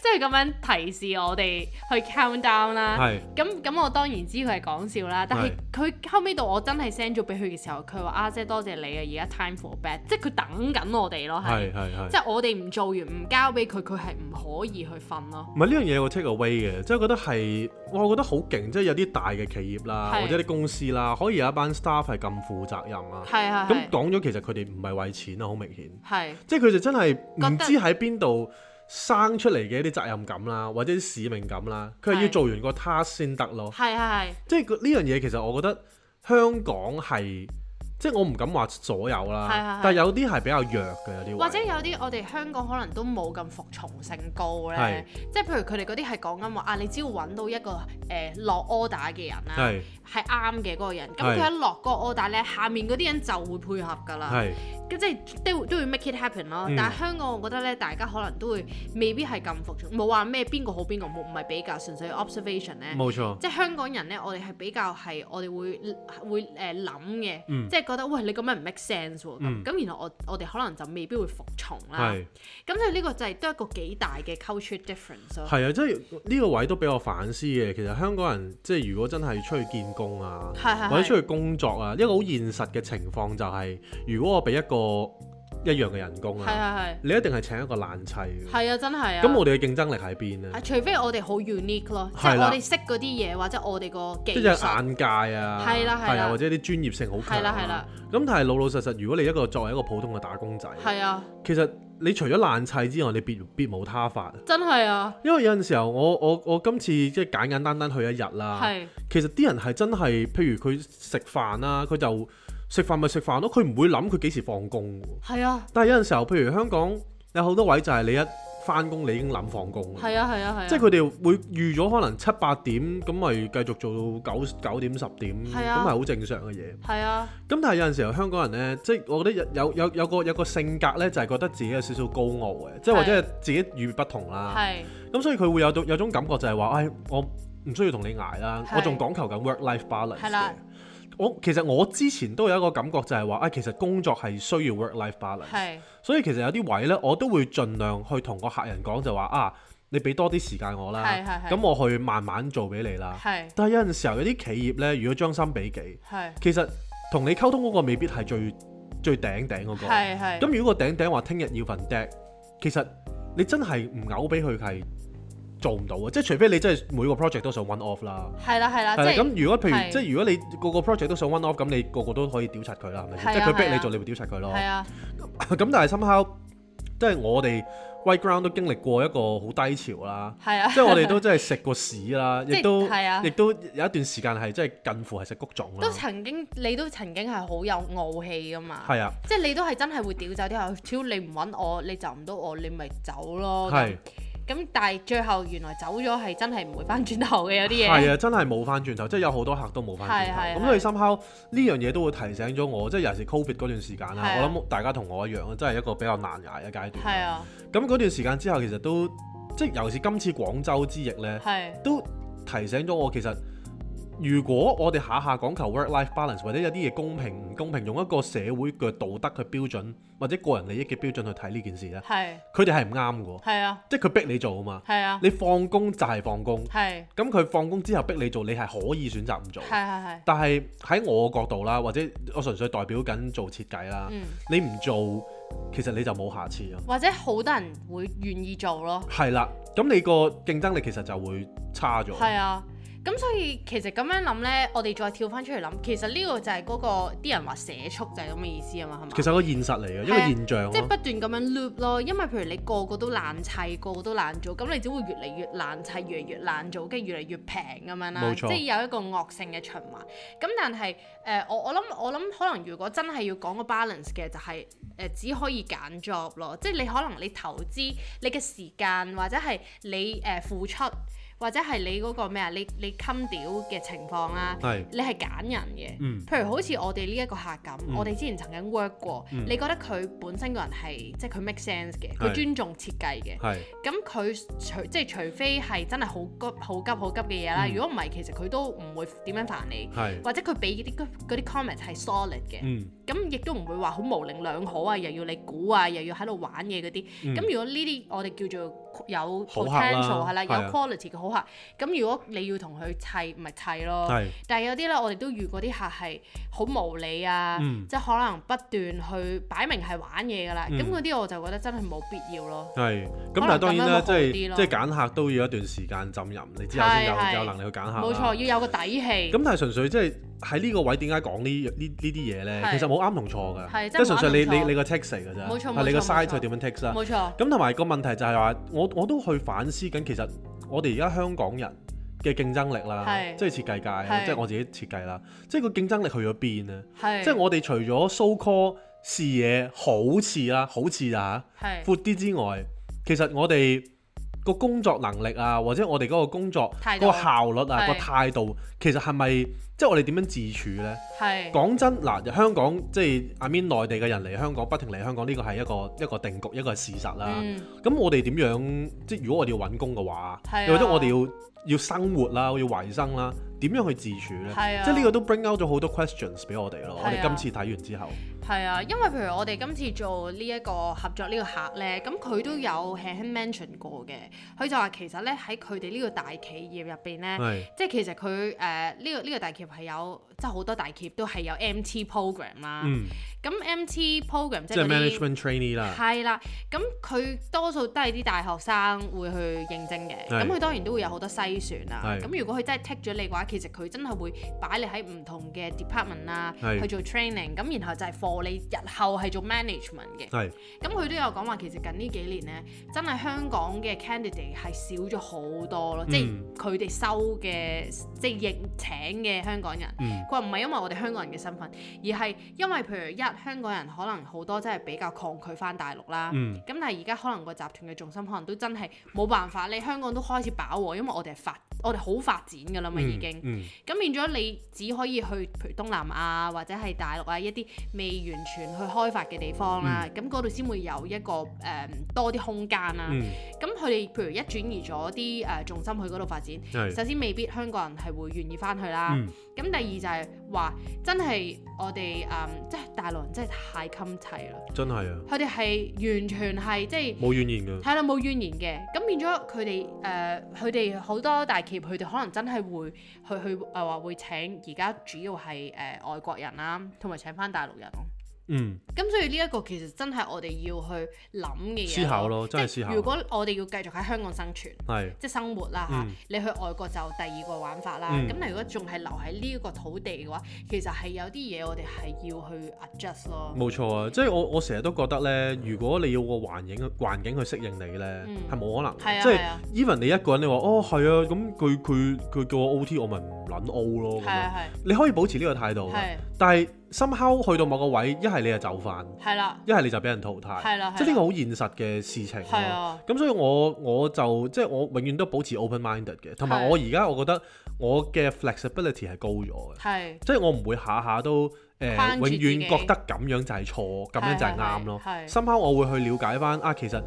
[SPEAKER 3] 即係咁樣提示我哋去 count down 啦。
[SPEAKER 1] 係
[SPEAKER 3] 咁咁我當然知佢係講笑啦，但係佢後尾到我真係 send 咗俾佢嘅時候，佢話啊姐多謝你啊，而家 time for bed，即係佢等緊我哋咯，哦
[SPEAKER 1] 係
[SPEAKER 3] 係
[SPEAKER 1] 係。係
[SPEAKER 3] 即。係我哋唔做完唔交俾佢，佢係唔可以去瞓咯。
[SPEAKER 1] 唔係呢樣嘢有個 take away 嘅，即係覺得係，哇我覺得好勁，即係有啲大嘅企業啦，
[SPEAKER 3] 係
[SPEAKER 1] 或者啲公司啦，可以有一班 staff 係咁負責任啊。
[SPEAKER 3] 係係
[SPEAKER 1] 咁
[SPEAKER 3] 係
[SPEAKER 1] 講咗，其實佢哋唔係為錢啊，好明顯，
[SPEAKER 3] 係
[SPEAKER 1] 即係佢哋真係
[SPEAKER 3] 覺
[SPEAKER 1] 唔
[SPEAKER 3] 得
[SPEAKER 1] 知喺邊度生出嚟嘅一啲責任感啦，或者啲使命感啦，佢係
[SPEAKER 3] 係
[SPEAKER 1] 要做完個 task 先得咯。
[SPEAKER 3] 係係
[SPEAKER 1] 即係個呢樣嘢其實我覺得香港係，即係我唔敢話所有
[SPEAKER 3] 係係係
[SPEAKER 1] 啦，但係有啲係比較弱嘅有啲位，
[SPEAKER 3] 或者有啲我哋香港可能都冇咁服從性高咧
[SPEAKER 1] 係，
[SPEAKER 3] 即係譬如佢哋嗰啲係講緊話啊，你只要揾到一個誒、呃落 order 嘅人啦，
[SPEAKER 1] 係
[SPEAKER 3] 係啱嘅嗰個人，咁
[SPEAKER 1] 係
[SPEAKER 3] 佢一落嗰個 order 咧，下面嗰啲人就會配合㗎啦，
[SPEAKER 1] 係
[SPEAKER 3] 咁即係都都會 make it happen 咯。
[SPEAKER 1] 嗯
[SPEAKER 3] 但係香港我覺得咧，大家可能都會未必係咁服從，冇話咩邊個好邊個好，唔係比較，純粹 observation 咧。
[SPEAKER 1] 冇錯，
[SPEAKER 3] 即係香港人咧，我哋係比較係我哋會會誒諗嘅，
[SPEAKER 1] 嗯
[SPEAKER 3] 即係覺得喂你咁樣唔 make sense 喎，咁
[SPEAKER 1] 嗯
[SPEAKER 3] 咁然後我我哋可能就未必會服從啦。
[SPEAKER 1] 係
[SPEAKER 3] 咁所以呢個就係都一個幾大嘅 culture difference 咯。
[SPEAKER 1] 係啊，即係呢個位都俾我反思嘅。其實香港人即係如果真係出去見工啊，
[SPEAKER 3] 係係係
[SPEAKER 1] 或者出去工作啊，一個好現實嘅情況就係、如果我俾一個一樣嘅人工
[SPEAKER 3] 係
[SPEAKER 1] 啊，
[SPEAKER 3] 係
[SPEAKER 1] 你一定係請一個爛砌嘅
[SPEAKER 3] 係。係啊，真係啊。
[SPEAKER 1] 咁我哋嘅競爭力喺邊呢
[SPEAKER 3] 啊，？除非我哋好 unique 咯，即
[SPEAKER 1] 係
[SPEAKER 3] 係
[SPEAKER 1] 啦
[SPEAKER 3] 我哋識嗰啲嘢或者我哋個技
[SPEAKER 1] 即
[SPEAKER 3] 術
[SPEAKER 1] 係眼界啊，
[SPEAKER 3] 係啦係啦
[SPEAKER 1] 係啊，或者啲專業性好強啊。
[SPEAKER 3] 係啦係啦
[SPEAKER 1] 咁但係老老實實，如果你一個作為一個普通嘅打工仔，
[SPEAKER 3] 係啊，
[SPEAKER 1] 其實你除咗爛砌之外，你別別無他法。
[SPEAKER 3] 真係啊，
[SPEAKER 1] 因為有陣時候，我我我今次即係簡簡單單去一日啦。
[SPEAKER 3] 係
[SPEAKER 1] 其實啲人係真係，譬如佢食飯啦，佢就食飯咪食飯咯，佢唔會諗佢幾時放工喎。
[SPEAKER 3] 係啊，
[SPEAKER 1] 但係有陣時候，譬如香港有好多位就係你一翻工，你已經諗放工啦。
[SPEAKER 3] 係啊，係啊，係啊。
[SPEAKER 1] 即係佢哋會預咗可能七八點，咁咪繼續做到九九點十點，咁
[SPEAKER 3] 係
[SPEAKER 1] 係
[SPEAKER 3] 啊
[SPEAKER 1] 好正常嘅嘢。
[SPEAKER 3] 係啊，
[SPEAKER 1] 咁但係有陣時候香港人呢，即係我覺得有有有有個有個性格呢，就係、覺得自己有少少高傲嘅，即係
[SPEAKER 3] 係
[SPEAKER 1] 或者係自己與別不同啦。
[SPEAKER 3] 係
[SPEAKER 1] 咁所以佢會有到有種感覺就係話，唉，我唔需要同你捱啦，
[SPEAKER 3] 係
[SPEAKER 1] 我仲講求緊 work-life balance
[SPEAKER 3] 係
[SPEAKER 1] 嘅
[SPEAKER 3] 啦。
[SPEAKER 1] 我其實我之前都有一個感覺就係話，啊，其實工作係需要 work-life balance。
[SPEAKER 3] 係
[SPEAKER 1] 所以其實有啲位呢，我都會盡量去同個客人講就話啊，你俾多啲時間我啦
[SPEAKER 3] 係係，係
[SPEAKER 1] 啊咁我啊去慢慢做俾你啦。
[SPEAKER 3] 係
[SPEAKER 1] 但係有陣時候有啲企業呢，如果將心比己，
[SPEAKER 3] 係
[SPEAKER 1] 其實同你溝通嗰個未必係最最頂頂嗰個。
[SPEAKER 3] 係係。
[SPEAKER 1] 咁如果個頂頂話聽日要份 deck，其實你真係唔嘔俾佢係做唔到嘅，即係除非你真係每個 project 都想 one off 啦。
[SPEAKER 3] 係啦係啊啦，即
[SPEAKER 1] 係啦，
[SPEAKER 3] 係
[SPEAKER 1] 咁如果譬如
[SPEAKER 3] 係
[SPEAKER 1] 即係如果你個個 project 都想 one off，咁你個個都可以屌柒佢啦，係咪
[SPEAKER 3] 係
[SPEAKER 1] 先？
[SPEAKER 3] 啊
[SPEAKER 1] 即係佢
[SPEAKER 3] 係
[SPEAKER 1] 逼
[SPEAKER 3] 啊
[SPEAKER 1] 你做，你會屌柒佢咯。
[SPEAKER 3] 係啊，
[SPEAKER 1] 咁但係 somehow 即係我哋 White Ground 都經歷過一個好低潮啦，
[SPEAKER 3] 係啊，
[SPEAKER 1] 即係我哋都真係食過屎啦，
[SPEAKER 3] 即係
[SPEAKER 1] 亦都
[SPEAKER 3] 係啊
[SPEAKER 1] 亦都有一段時間係真係近乎係食谷種啦
[SPEAKER 3] 都，曾經你都曾經係好有傲氣噶嘛，
[SPEAKER 1] 係啊，
[SPEAKER 3] 即係你都係真係會屌走啲人，屌你唔揾我，你就唔到我，你咪走咯。
[SPEAKER 1] 係
[SPEAKER 3] 咁但係最後原來走咗係真係唔會翻轉頭嘅有啲嘢。
[SPEAKER 1] 係啊，真係冇翻轉頭，即係有好多客都冇翻轉
[SPEAKER 3] 係
[SPEAKER 1] 頭。
[SPEAKER 3] 係
[SPEAKER 1] 咁所以 somehow 呢樣嘢都會提醒咗我，即係尤其是 Covid 嗰段時間啦，
[SPEAKER 3] 係
[SPEAKER 1] 我
[SPEAKER 3] 啊
[SPEAKER 1] 諗大家同我一樣，真係一個比較難捱嘅階
[SPEAKER 3] 係
[SPEAKER 1] 段。
[SPEAKER 3] 啊，
[SPEAKER 1] 咁嗰段時間之後，其實都即係尤其是今次廣州之役呢。
[SPEAKER 3] 係
[SPEAKER 1] 都提醒咗我，其實如果我哋下下講求 work-life balance，或者有啲嘢公平唔公平，用一個社會嘅道德嘅標準或者個人利益嘅標準去睇呢件事呢，
[SPEAKER 3] 係
[SPEAKER 1] 佢哋係唔啱嘅喎，
[SPEAKER 3] 係啊
[SPEAKER 1] 即係佢逼你做啊嘛。
[SPEAKER 3] 係啊
[SPEAKER 1] 你放工就係放工，
[SPEAKER 3] 係
[SPEAKER 1] 咁佢放工之後逼你做，你係可以選擇唔做
[SPEAKER 3] 係。係係
[SPEAKER 1] 但係喺我角度啦，或者我純粹代表緊做設計啦，
[SPEAKER 3] 嗯，
[SPEAKER 1] 你唔做，其實你就冇下次咯。
[SPEAKER 3] 或者好多人會願意做咯。
[SPEAKER 1] 係啦，咁你個競爭力其實就會差咗。
[SPEAKER 3] 係啊，咁所以其實咁樣諗呢，我哋再跳翻出嚟諗，其實呢個就係嗰、個啲人話社畜就係咁嘅意思啊嘛，係嘛？
[SPEAKER 1] 其實個現實嚟嘅，一個
[SPEAKER 3] 係啊
[SPEAKER 1] 現象
[SPEAKER 3] 即
[SPEAKER 1] 咯
[SPEAKER 3] 係不。斷咁樣 loop 咯，因為譬如你個個都爛砌，個個都爛做，咁你只會越嚟越爛砌，越嚟越爛做，跟住越嚟越平咁樣啦，
[SPEAKER 1] 冇
[SPEAKER 3] 即
[SPEAKER 1] 錯
[SPEAKER 3] 係有一個惡性嘅循環。咁但係誒、呃我我諗我諗可能如果真係要講個 balance 嘅，就係、呃只可以揀 job 咯，即係你可能你投資你嘅時間或者係你誒、呃付出。或者係你嗰個咩啊？你你襟屌嘅情況啊啦，
[SPEAKER 1] 係
[SPEAKER 3] 你係揀人嘅。
[SPEAKER 1] 嗯
[SPEAKER 3] 譬如好似我哋呢一個客咁，
[SPEAKER 1] 嗯
[SPEAKER 3] 我哋之前曾經 work 過，
[SPEAKER 1] 嗯
[SPEAKER 3] 你覺得佢本身個人係即係佢 make sense 嘅，
[SPEAKER 1] 係
[SPEAKER 3] 佢尊重設計嘅。
[SPEAKER 1] 係。
[SPEAKER 3] 咁佢除即係除非係真係好急好急好急嘅嘢啦，
[SPEAKER 1] 嗯
[SPEAKER 3] 如果唔係，其實佢都唔會點樣煩你，
[SPEAKER 1] 係，
[SPEAKER 3] 或者佢俾啲嗰啲 comment 係 solid 嘅，
[SPEAKER 1] 嗯，
[SPEAKER 3] 咁亦都唔會話好模棱兩可啊，又要你估啊，又要喺度玩嘢嗰啲。
[SPEAKER 1] 嗯
[SPEAKER 3] 咁如果呢啲我哋叫做有
[SPEAKER 1] 好客啦
[SPEAKER 3] potential 係啦，有
[SPEAKER 1] 係啊
[SPEAKER 3] quality 嘅好客，咁如果你要同佢砌，咪砌咯。
[SPEAKER 1] 係，
[SPEAKER 3] 但係有啲咧，我哋都遇過啲客係好無理啊，
[SPEAKER 1] 嗯
[SPEAKER 3] 即係可能不斷去擺明係玩嘢㗎啦。
[SPEAKER 1] 嗯
[SPEAKER 3] 咁嗰啲我就覺得真係冇必要咯。
[SPEAKER 1] 係。咁
[SPEAKER 3] 可
[SPEAKER 1] 但
[SPEAKER 3] 能
[SPEAKER 1] 係當然啦，
[SPEAKER 3] 咁樣
[SPEAKER 1] 即
[SPEAKER 3] 會好
[SPEAKER 1] 係
[SPEAKER 3] 啲咯
[SPEAKER 1] 即係揀客都要一段時間浸淫，你之後先
[SPEAKER 3] 係
[SPEAKER 1] 有
[SPEAKER 3] 係
[SPEAKER 1] 有能力去揀客。
[SPEAKER 3] 冇錯，。要有個底氣。
[SPEAKER 1] 啊咁但係純粹即係喺呢個位點解講呢呢呢啲嘢咧？
[SPEAKER 3] 係
[SPEAKER 1] 其實冇啱同錯㗎，
[SPEAKER 3] 係
[SPEAKER 1] 即
[SPEAKER 3] 真係
[SPEAKER 1] 係純粹
[SPEAKER 3] 冇啱
[SPEAKER 1] 你
[SPEAKER 3] 同錯
[SPEAKER 1] 你你個 text 嚟㗎啫，
[SPEAKER 3] 冇錯
[SPEAKER 1] 係你
[SPEAKER 3] 冇錯
[SPEAKER 1] 個
[SPEAKER 3] 冇
[SPEAKER 1] size
[SPEAKER 3] 錯
[SPEAKER 1] 佢點樣 text 啦。
[SPEAKER 3] 冇錯，
[SPEAKER 1] 咁同埋個問題就係話，我我都去反思緊，其實我哋而家香港人嘅競爭力啦，
[SPEAKER 3] 係
[SPEAKER 1] 即係設計界啦，
[SPEAKER 3] 係
[SPEAKER 1] 即係我自己設計啦，即係個競爭力去咗邊咧？
[SPEAKER 3] 係
[SPEAKER 1] 即係我哋除咗 so call 視野好似啦，好似啊
[SPEAKER 3] 係
[SPEAKER 1] 闊啲之外，其實我哋個工作能力啊，或者我哋嗰個工作
[SPEAKER 3] 態
[SPEAKER 1] 嗰
[SPEAKER 3] 度
[SPEAKER 1] 個效率啊，
[SPEAKER 3] 係
[SPEAKER 1] 個態度，其實係咪即係我哋點樣自處呢？
[SPEAKER 3] 係
[SPEAKER 1] 講真嗱，香港即係阿 mean 內地嘅人嚟香港，不停嚟香港，呢個係一個一個定局，一個係事實啦。
[SPEAKER 3] 嗯
[SPEAKER 1] 咁、我哋點樣即係如果我哋要揾工嘅話
[SPEAKER 3] 係啊，
[SPEAKER 1] 又或者我哋要要生活啦，要維生啦，點樣去自處呢？
[SPEAKER 3] 係啊
[SPEAKER 1] 即係呢個都 bring out 咗好多 questions 俾我哋咯。我
[SPEAKER 3] 係
[SPEAKER 1] 哋
[SPEAKER 3] 啊
[SPEAKER 1] 今次睇完之後，
[SPEAKER 3] 係啊，因為譬如我哋今次做呢一個合作呢個客呢，咁佢都有輕輕 mention 過嘅，佢就話其實呢，喺佢哋呢個大企業入邊呢。
[SPEAKER 1] 係
[SPEAKER 3] 即係其啊實佢誒呢個呢、個大企業係有，即係好多大企業都係有 MT program 啊啦。
[SPEAKER 1] 嗯，
[SPEAKER 3] 咁、MT program 即
[SPEAKER 1] 即
[SPEAKER 3] 係
[SPEAKER 1] 係
[SPEAKER 3] 嗰啲
[SPEAKER 1] management 啊 trainee 啦，
[SPEAKER 3] 係啦，咁佢多數都係啲大學生會去應徵嘅，
[SPEAKER 1] 係
[SPEAKER 3] 咁佢當然都會有好多篩選啦。
[SPEAKER 1] 係
[SPEAKER 3] 咁如果佢真係剔咗你嘅話，其實佢真係會擺你喺唔同嘅 department 啦，
[SPEAKER 1] 係
[SPEAKER 3] 去做 training，咁然後就係 for 你日後係做 management 嘅。
[SPEAKER 1] 係
[SPEAKER 3] 咁佢都有講話，其實近呢幾年呢，真係香港嘅 candidate 係少咗好多咯，即
[SPEAKER 1] 嗯
[SPEAKER 3] 係佢哋收嘅，即係應請嘅香港人。
[SPEAKER 1] 嗯
[SPEAKER 3] 佢話唔係因為我哋香港人嘅身份，而係因為譬如一香港人可能好多真係比較抗拒翻大陸啦。咁、
[SPEAKER 1] 嗯
[SPEAKER 3] 但係而家可能個集團嘅重心可能都真係冇辦法，你香港都開始飽和，因為我哋係發，我哋好發展㗎啦嘛已經。
[SPEAKER 1] 嗯
[SPEAKER 3] 咁變咗你只可以去譬如東南亞或者係大陸啊一啲未完全去開發嘅地方啦，
[SPEAKER 1] 嗯
[SPEAKER 3] 咁嗰度先會有一個誒、嗯多啲空間啦。
[SPEAKER 1] 嗯
[SPEAKER 3] 咁佢哋譬如一轉移咗啲誒重心去嗰度發展，
[SPEAKER 1] 係
[SPEAKER 3] 首先未必香港人係會願意翻去啦。
[SPEAKER 1] 嗯
[SPEAKER 3] 咁第二就係話真係我哋誒、即係大陸人真係太襟砌啦，
[SPEAKER 1] 真係啊，
[SPEAKER 3] 佢哋係完全係即係。
[SPEAKER 1] 冇怨言㗎，
[SPEAKER 3] 係啦，冇怨言嘅，咁變咗佢哋誒，佢哋好多大企業，佢哋可能真係會去去誒話會請而家主要係誒、呃外國人啦，同埋請翻大陸人咯。
[SPEAKER 1] 嗯
[SPEAKER 3] 咁所以呢一個其實真係我哋要去諗嘅嘢，
[SPEAKER 1] 思考咯真係思考
[SPEAKER 3] 即如果我哋要繼續喺香港生存。
[SPEAKER 1] 係
[SPEAKER 3] 即係生活啦嚇，
[SPEAKER 1] 嗯
[SPEAKER 3] 你去外國就第二個玩法啦。
[SPEAKER 1] 嗯
[SPEAKER 3] 咁、你如果仲係留喺呢一個土地嘅話，其實係有啲嘢我哋係要去 adjust 咯。
[SPEAKER 1] 冇錯啊！即係我我成日都覺得呢，如果你要個環境環境去適應你呢，
[SPEAKER 3] 嗯
[SPEAKER 1] 係冇可能嘅。
[SPEAKER 3] 係啊
[SPEAKER 1] 即係
[SPEAKER 3] 係啊
[SPEAKER 1] even 你一個人，你話哦係啊，咁佢佢佢叫我 OT，我咪唔撚 O 咯咁
[SPEAKER 3] 係
[SPEAKER 1] 樣。
[SPEAKER 3] 啊
[SPEAKER 1] 你可以保持呢個態度
[SPEAKER 3] 係
[SPEAKER 1] 嘅，
[SPEAKER 3] 係
[SPEAKER 1] 但係 somehow 去到某個位，一係你就就範，
[SPEAKER 3] 係啦
[SPEAKER 1] 一係你就俾人淘汰。
[SPEAKER 3] 係啦，
[SPEAKER 1] 即係呢個好現實嘅事情
[SPEAKER 3] 係
[SPEAKER 1] 咯。
[SPEAKER 3] 啊。
[SPEAKER 1] 咁所以我我就即係我永遠都保持 open minded 嘅，同埋
[SPEAKER 3] 係
[SPEAKER 1] 我而家我覺得我嘅 flexibility 係高咗嘅，
[SPEAKER 3] 係
[SPEAKER 1] 即係我唔會下下都誒、呃
[SPEAKER 3] 框住
[SPEAKER 1] 永
[SPEAKER 3] 自己
[SPEAKER 1] 遠覺得咁樣就係錯，咁樣就係啱咯。
[SPEAKER 3] 係
[SPEAKER 1] 深刻我會去了解翻啊，其實